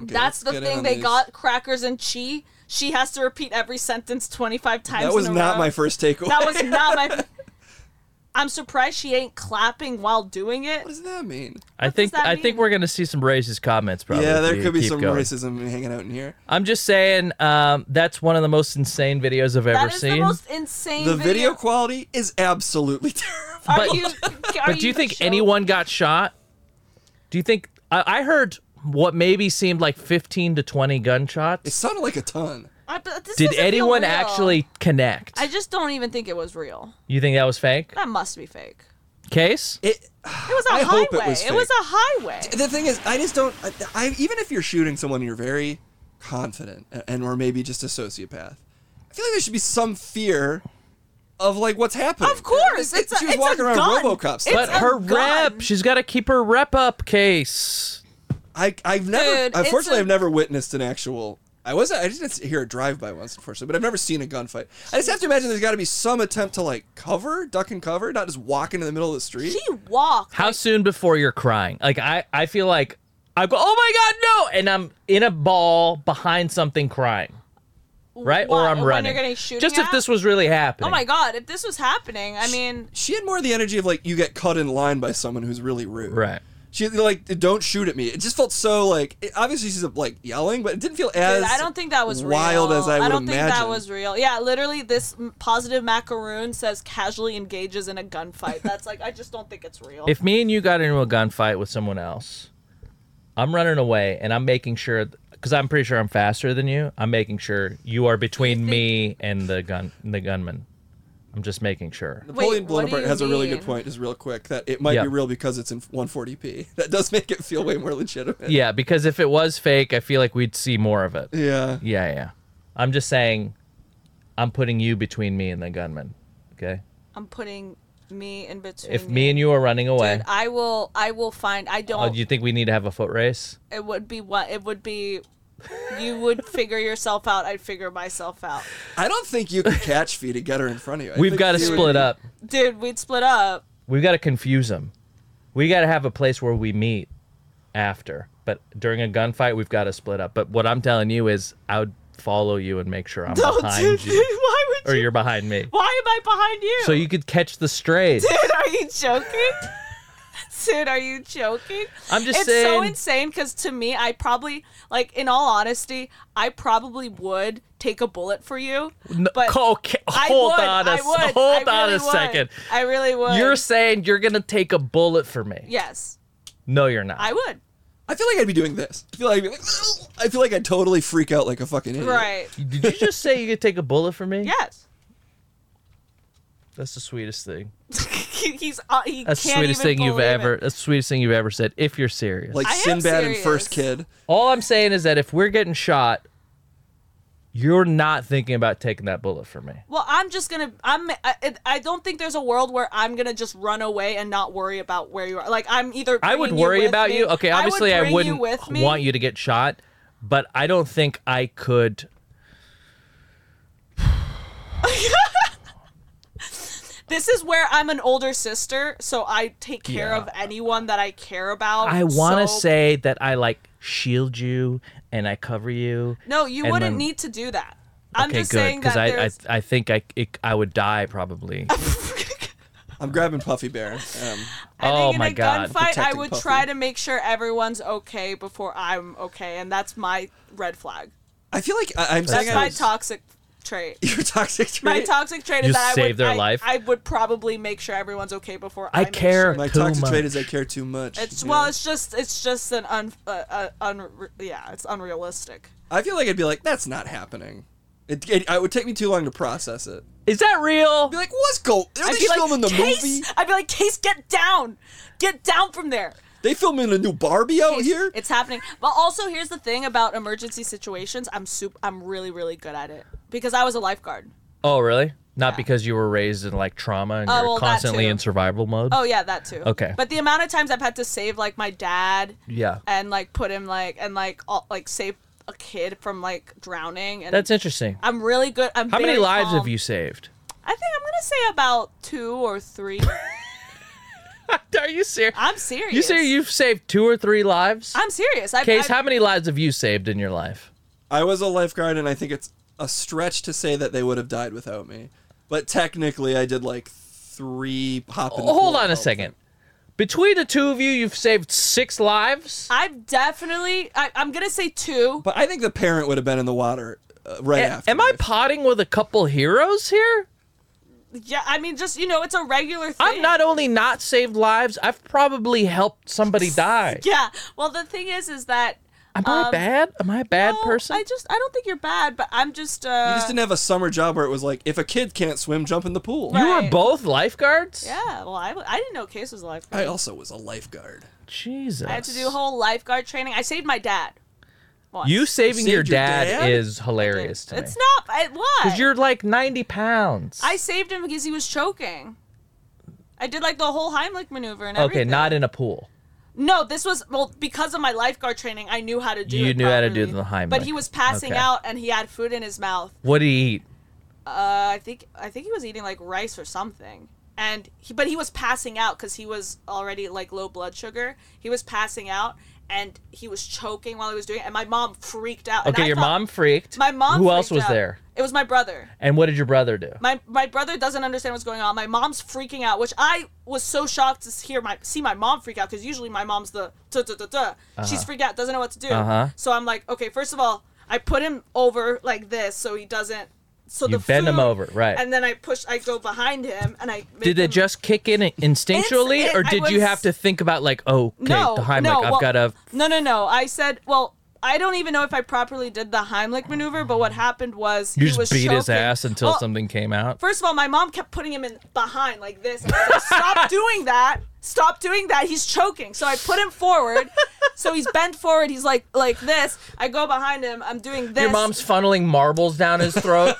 That's let's the get in thing on they these. got crackers and chi. She has to repeat every sentence 25 times. that was in a not row. my first <laughs> takeaway. That <laughs> was not my. <laughs> I'm surprised she ain't clapping while doing it. What does that mean? I think that I think we're gonna see some racist comments probably. yeah, if there we could be keep some going. racism hanging out in here. I'm just saying, um, that's one of the most insane videos I've ever That is seen. the most insane. The video quality is absolutely <laughs> terrible. Are But- you? <laughs> Are but do you think anyone got shot? Do you think I, I heard what maybe seemed like 15 to 20 gunshots? It sounded like a ton. I- but this Did doesn't feel anyone real. actually connect? I just don't even think it was real. You think that was fake? That must be fake. Case? It was a I highway. hope it was it was a fake. highway. The thing is, I just don't. I, I, even if you're shooting someone, you're very confident, a- and or maybe just a sociopath. I feel like there should be some fear of like what's happening. Of course, it's a, she was it's a walking around gun. RoboCop style. but It's a her gun. rep, she's got to keep her rep up, Case. I I've never. Dude, it's unfortunately, a- i I've never witnessed an actual. I was I didn't hear a drive by once, unfortunately, but I've never seen a gunfight. I just have to imagine there's got to be some attempt to like cover, duck and cover, not just walk into the middle of the street. She walked. How soon before you're crying? Like I, I feel like I go, oh my god, no, and I'm in a ball behind something crying, right? or Why- I'm when running. you're getting shooting Just if at? this was really happening. Oh my god! If this was happening, I mean, she had more of the energy of like you get cut in line by someone who's really rude. Right. She like don't shoot at me. It just felt so like it, obviously she's like yelling, but it didn't feel as Dude, I don't think that was wild real. as I would don't imagine. think that was real. Yeah, literally, this m- positive macaroon says casually engages in a gunfight. That's like I just don't think it's real. If me and you got into a gunfight with someone else, I'm running away and I'm making sure because I'm pretty sure I'm faster than you. I'm making sure you are between me and the gun the gunman. I'm just making sure. Napoleon Wait, what do Bonaparte you has a really good mean? point, just real quick, that it might Yeah. be real because it's in 140p. <laughs> That does make it feel way more legitimate. Yeah, because if it was fake, I feel like we'd see more of it. Yeah. Yeah, yeah. I'm just saying I'm putting you between me and the gunman. Okay? I'm putting me in between. If me and you are running away, Dude, I will. I will find. I oh, don't. do you think we need to have a foot race? It would be what? It would be. You would figure yourself out. I'd figure myself out. I don't think you could catch Fee to get her in front of you. I We've think got to you would split be- up. Dude, we'd split up. We've got to confuse them. We got to have a place where we meet after. But during a gunfight, we've got to split up. But what I'm telling you is, I would follow you and make sure I'm Don't do behind you, <laughs> Why would or you're behind me, Why am I behind you? so you could catch the strays. <laughs> Dude, are you joking? <laughs> Dude, are you joking? I'm just it's so saying- insane because to me, I probably, like, in all honesty, I probably would take a bullet for you. No, But okay, I hold would, on a I s- would, hold on I really a would. second. I really would. You're saying you're gonna take a bullet for me? yes, No, you're not. I would. I feel like I'd be doing this. I feel like I'd, be like, I feel like I'd totally freak out like a fucking idiot. Right. <laughs> Did you just say you could take a bullet for me? Yes. <laughs> That's the sweetest thing. He- He's, uh, he That's the can't sweetest even thing you've believe it. ever. That's the sweetest thing you've ever said. If you're serious, Like I am Sinbad and First serious. Kid. All I'm saying is that if we're getting shot, you're not thinking about taking that bullet for me. Well, I'm just gonna. I'm. I, I don't think there's a world where I'm gonna just run away and not worry about where you are. Like I'm either. I would bringing you worry with about me- you. Okay, I would obviously I, bring wouldn't you with me. want you to get shot, but I don't think I could. This is where I'm an older sister, so I take care Yeah. of anyone that I care about. I want to so- say that I like shield you and I cover you. No, you and wouldn't then- need to do that. I'm okay, just good, saying that I, I there's. I think I it, I would die probably. I'm grabbing Puffy Bear. Um, oh in my a god! gunfight, I protecting would Puffy. try to make sure everyone's okay before I'm okay, and that's my red flag. I feel like I, I'm That's saying my I was- toxic trait. <laughs> your toxic My trait. toxic trait is Just that I save would, their I, life? I would probably make sure everyone's okay before I make care sure- My too toxic much. trait is I care too much. It's Yeah. well, it's just it's just an un uh, uh, unre- yeah, it's unrealistic. I feel like I'd be like, that's not happening. It, it, it would take me too long to process it. Is that real? Be like, what's go? Are I'd they be like, filming the Case, movie? I'd be like, Case, get down, get down from there. They filming a new Barbie out Case, here? It's happening. But also, here's the thing about emergency situations. I'm super. I'm really, really good at it because I was a lifeguard. Oh really? Not because you were raised in like trauma and Oh, you're well, that constantly too. in survival mode. Oh yeah, that too. Okay. But the amount of times I've had to save like my dad yeah. and like put him like and like all, like save a kid from like drowning and That's interesting. I'm really good. I'm How many very lives calm. have you saved? <laughs> I think I'm gonna say about two or three. Are <laughs> you serious? I'm serious. You say you've saved two or three lives. I'm serious. I, Case, I, how many lives have you saved in your life? I was a lifeguard, and I think it's a stretch to say that they would have died without me. But technically, I did like three hop. Oh, In the Hold pool on a help. second. Between the two of you, you've saved six lives. I've definitely. I, I'm gonna say two. But I think the parent would have been in the water uh, right A- after. Am I potting with a couple heroes here? Yeah, I mean, just you know, it's a regular thing. I've not only not saved lives, I've probably helped <laughs> somebody die. Yeah. Well, the thing is, is that Am I um, bad? Am I a bad no, person? I just. I don't think you're bad, but I'm just. Uh, You just didn't have a summer job where it was like, if a kid can't swim, jump in the pool. you were Right. both lifeguards? Yeah. Well, I, w- I didn't know Case was a lifeguard. I also was a lifeguard. Jesus. I had to do whole lifeguard training. I saved my dad. Once. You saving saved your your dad, dad? is hilarious to me. It's not. It was. Because you're like 90 pounds. I saved him because he was choking. I did like the whole Heimlich maneuver and okay, everything. not in a pool. No, this was well because of my lifeguard training. I knew how to do. You it knew how to do properly. the Heimlich. But he was passing Okay. out, and he had food in his mouth. What did he eat? Uh, I think I think he was eating like rice or something. And he, but he was passing out because he was already like low blood sugar. He was passing out, and he was choking while he was doing it. And my mom freaked out. and Okay, I your thought- mom freaked. My mom. Who else freaked was out. there? It was my brother. And what did your brother do? My my brother doesn't understand what's going on. My mom's freaking out, which I was so shocked to hear my see my mom freak out because usually my mom's the duh, duh, duh, duh. she's freaking out, doesn't know what to do. Uh-huh. So I'm like, okay, first of all, I put him over like this so he doesn't. So You the bend him food- over, right. And then I push, I go behind him, and I make did it him- just kick in instinctually, It's- it- or I did you was- have to think about like, oh, okay, no, the Heimlich, no, I've well- got to. No, no, no. I said, well, I don't even know if I properly did the Heimlich maneuver, but what happened was You he was just beat his choking. ass until Well, something came out. First of all, my mom kept putting him in behind like this. And I was like, <laughs> Stop doing that. Stop doing that. He's choking. So I put him forward. so he's bent forward. He's like like this. I go behind him. I'm doing this. Your mom's funneling marbles down his <laughs> throat,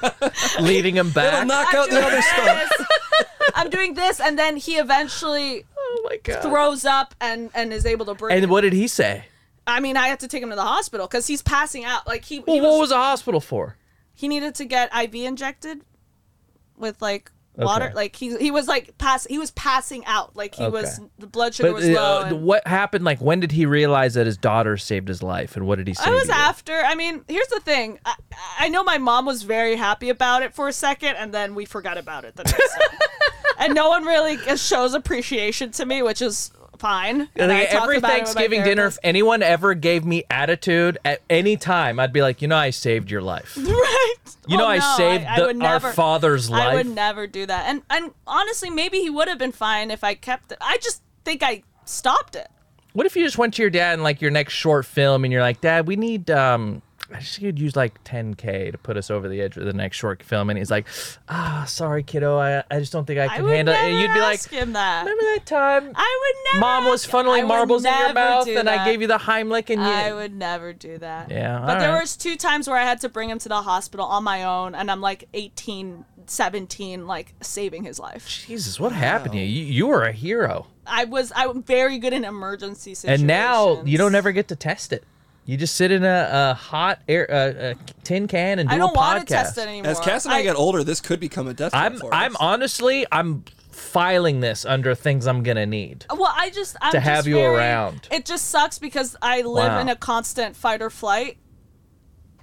leading him It'll back. knock I'm out the doing other stuff. this. I'm doing this, and then he eventually oh my god! throws up and and is able to breathe. and what did he say? I mean, I had to take him to the hospital because he's passing out. Like he, Well, he what was, was the hospital for? he needed to get IV injected with like water. Okay. Like he he was like pass he was passing out. Like he was Okay. the blood sugar But was low. uh, and- what happened? Like, when did he realize that his daughter saved his life, and what did he say? I was to you? after. I mean, here's the thing. I, I know my mom was very happy about it for a second, and then we forgot about it the <laughs> next time. And no one really shows appreciation to me, which is fine. And I Like, talked every about it with my Thanksgiving dinner, if therapist. anyone ever gave me attitude at any time, I'd be like, you know, I saved your life. <laughs> right? You know, Well, I no, saved I the- would our never- father's I life. would never do that. And and honestly, maybe he would have been fine if I kept it. I just think I stopped it. What if you just went to your dad and like your next short film and you're like, Dad, we need um I just could use like 10k to put us over the edge of the next short film, and he's like, "Ah, sorry, kiddo, I, I just don't think I I can would handle." it. never And you'd be like, ask him that. "Remember that time I would never. mom was ask- I funneling would marbles in your never mouth, do and I that. gave you the Heimlich, and you." I would never do that. Yeah, But there alright. was two times where I had to bring him to the hospital on my own and I'm like 18, 17 like saving his life. Jesus, what happened to you? You, you were a hero, I was I'm very good in emergency situations. and now you don't ever get to test it. You just sit in a, a hot air a, a tin can and do I don't a wanna podcast. test it anymore. As Cass and I, get older, this could become a death I'm I'm honestly I'm filing this under things I'm gonna need. Well, I just I'm To just have you very- around. It just sucks because I live Wow. in a constant fight or flight.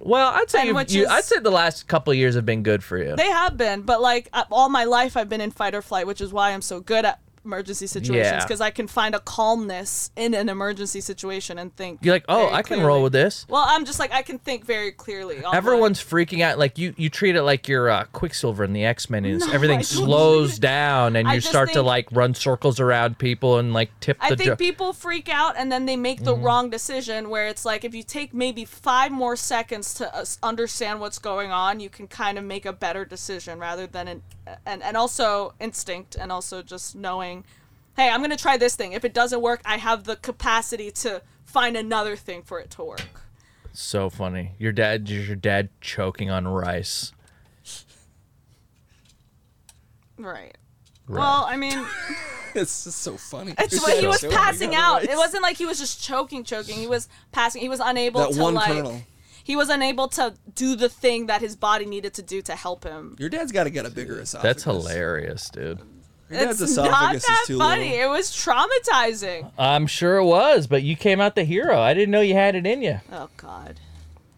Well, I'd say And you, which you- is- I'd say the last couple of years have been good for you. They have been, but like uh, all my life, I've been in fight or flight, which is why I'm so good at emergency situations Yeah. because I can find a calmness in an emergency situation and think. You're like, oh, very I can clearly." roll with this. Well, I'm just like I can think very clearly. on my- Everyone's freaking out. Like you, you treat it like you're uh, Quicksilver in the X Men. No, Is I everything don't <laughs> slows down and I you just start to think- like run circles around people and like tip I the. think jo- people freak out and then they make the Mhm. wrong decision where it's like if you take maybe five more seconds to uh, s- understand what's going on, you can kind of make a better decision rather than an, and and also instinct and also just knowing, hey, I'm gonna try this thing. If it doesn't work, I have the capacity to find another thing for it to work. so funny. Your dad is your dad choking on rice. Right. Right. Well, <laughs> I mean, <laughs> it's just so funny. it's what he was passing out. It wasn't like he was just choking, choking. He was passing. He was unable that to one like. colonel. He was unable to do the thing that his body needed to do to help him. Your dad's got to get a bigger esophagus. That's hilarious, dude. Your dad's it's not esophagus that is too funny. little. It was <laughs> traumatizing. I'm sure it was, but you came out the hero. I didn't know you had it in you. Oh God.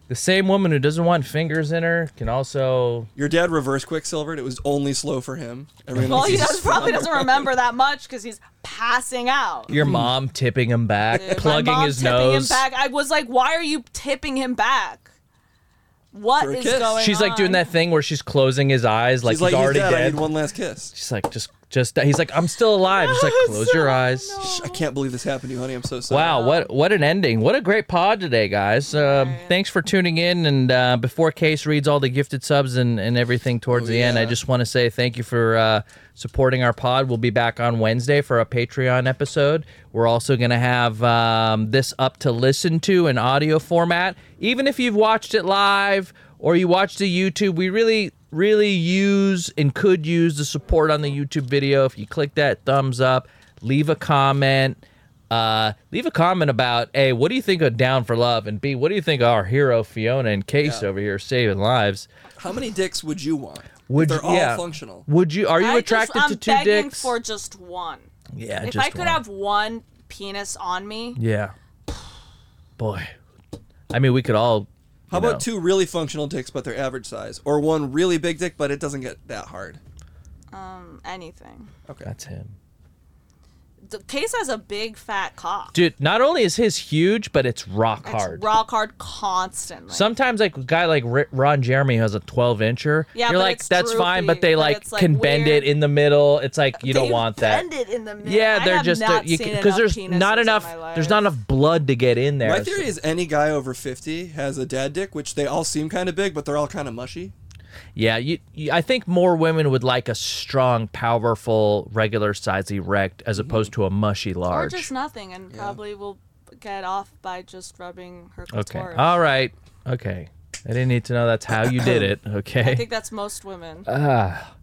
The same woman who doesn't want fingers in her can also. Your dad reverse quicksilvered. It was only slow for him. Everyone Well, else he is does, just Oh, probably <laughs> fine. doesn't remember that much because he's passing out. Your mom tipping him back, Dude, my plugging mom his tipping nose. Him back. I was like, why are you tipping him back? What is going she's on? like doing that thing where she's closing his eyes, like She's he's, like, <laughs> "He's already dead. I dead. need one last kiss. She's like, just, just. He's like, I'm still alive. She's <laughs> like, close your eyes. I can't believe this happened to you, honey. I'm so sorry. Wow, what what an ending! What a great pod today, guys. Um, Thanks for tuning in. And uh, before Case reads all the gifted subs and, and everything towards the end, I just want to say thank you for uh, supporting our pod. We'll be back on Wednesday for a Patreon episode. We're also going to have um, this up to listen to in audio format. Even if you've watched it live or you watched the YouTube, we really really use and could use the support on the YouTube video. If you click that thumbs up, leave a comment. Uh, leave a comment about A, what do you think of Down for Love? And B, what do you think of our hero Fiona and Case Yeah. over here saving lives? How many dicks would you want? Would if they're you- all yeah. functional. Would you are you I just- attracted I'm to two begging dicks? for just one. Yeah, If just I could one. have one penis on me, Yeah. Boy. I mean we could all How you about know. two really functional dicks, but they're average size, or one really big dick, but it doesn't get that hard? um, anything. Okay. That's him. The case has a big fat cock. Dude, not only is his huge, but it's rock It's hard. rock hard constantly. Sometimes like a guy like R- Ron Jeremy who has a 12 incher. Yeah, you're but like it's that's fine, droopy, but they but like it's, like, can bend weird. it in the middle. It's like you don't want that. Bend it in the middle. Yeah, I they're have just uh, not seen because there's enough not penises in enough my life. there's not enough blood to get in there. My so- theory is any guy over 50 has a dad dick, which they all seem kind of big, but they're all kind of mushy. yeah, you, you, I think more women would like a strong, powerful, regular size erect as opposed to a mushy or large. just nothing, and probably will get off by just rubbing her okay, clitoris. all right, okay. I didn't need to know that's how you did <coughs> it. I Okay. think that's most women. Ah,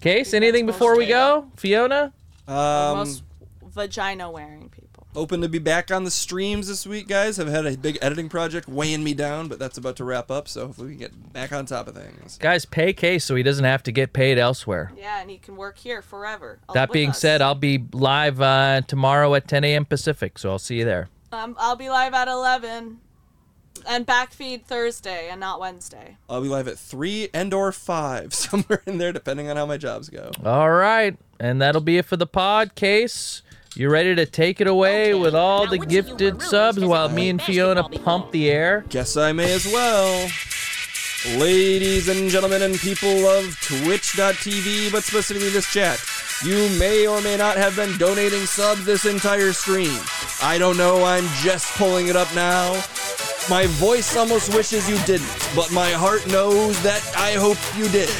case. Anything before we go, Fiona? Um, most vagina wearing people. Open to be back on the streams this week, guys. I've had a big editing project weighing me down, but that's about to wrap up, so hopefully we can get back on top of things. Guys, pay case so he doesn't have to get paid elsewhere. Yeah, and he can work here forever. uh, that with being us. said, I'll be live uh, tomorrow at 10 a.m. Pacific, so I'll see you there. um, I'll be live at eleven, and backfeed Thursday and not Wednesday. I'll be live at 3 and or 5, <laughs> somewhere in there, depending on how my jobs go. All right, and that'll be it for the pod case. You ready to take it away with all the gifted subs while me and Fiona pump the air? Guess I may as well. Ladies and gentlemen, and people of Twitch.tv, but specifically this chat, you may or may not have been donating subs this entire stream. I don't know, I'm just pulling it up now. My voice almost wishes you didn't, but my heart knows that I hope you did.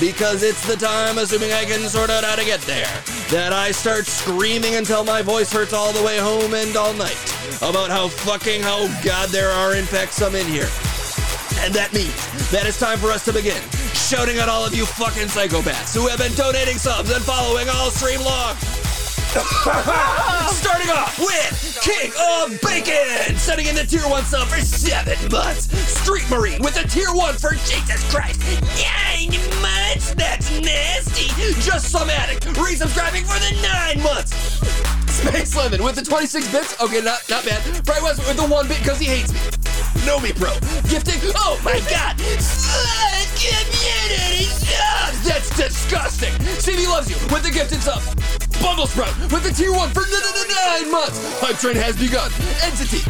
Because it's the time, assuming I can sort out how to get there, that I start screaming until my voice hurts all the way home and all night about how fucking, oh god, there are in fact some in here. And that means that it's time for us to begin shouting at all of you fucking psychopaths who have been donating subs and following all stream long. Starting off with King of Bacon, setting in the tier one sub for seven months. Street Marine with a tier one for Jesus Christ, nine months. That's nasty. Just some addict resubscribing for the nine months. Space Lemon with the 26 bits. Okay, not not bad. Fry West with the one bit because he hates me. Know me, bro. Gifting. Oh my God. Slut community subs. That's disgusting. CV loves you with the gifted sub. Bundle Sprout with the tier one for n- n- n- nine months. Hype train has begun. Entity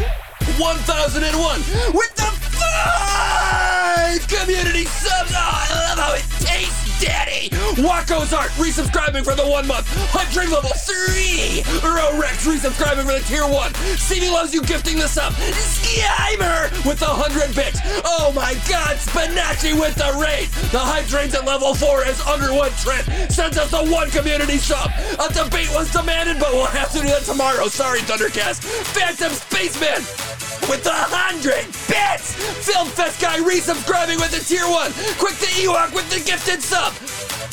1001 with the five community subs. Oh, I love how it tastes, Daddy. Waco's Art resubscribing for the one month. Hype train level three. Rorex resubscribing for the tier one. CV loves you gifting the sub. Skymer with the hundred bits. Oh my God, Spinachi with the raid. The hype train's at level four is under one trend. Sends us the one community sub. A debate was demanded, but we'll have to do that tomorrow. Sorry, Thundercast. Phantom Spaceman with the hundred bits. Film Fest guy resubscribing with the tier one. Quick to Ewok with the gifted sub.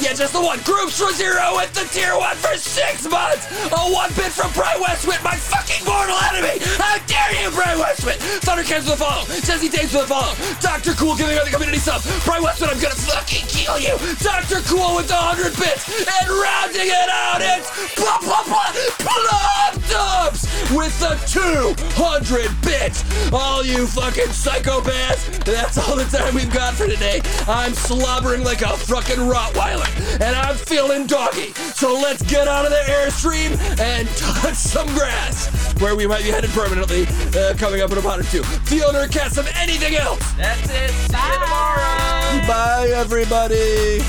Yeah, just the one. Groups for zero with the tier one for six months. A one bit from Bry Westwit, my fucking mortal enemy. How dare you, Bry Westwit? Thundercats with a follow. Jesse Dames with a follow. Dr. Cool giving her the community sub. Bry Westwit, I'm gonna fucking kill you. Dr. Cool with the hundred bits. And rounding it out, it's blah blah blah plum dubs with the two hundred bits. All you fucking psychopaths. That's all the time we've got for today. I'm slobbering like a fucking Rottweiler, and I'm feeling doggy. So let's get out of the airstream and touch some grass, where we might be headed permanently. Uh, coming up in about or two. Fiona, cast some anything else. That's it. See you tomorrow. Bye, everybody.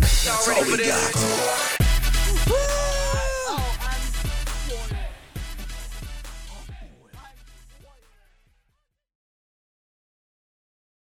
That's all we got.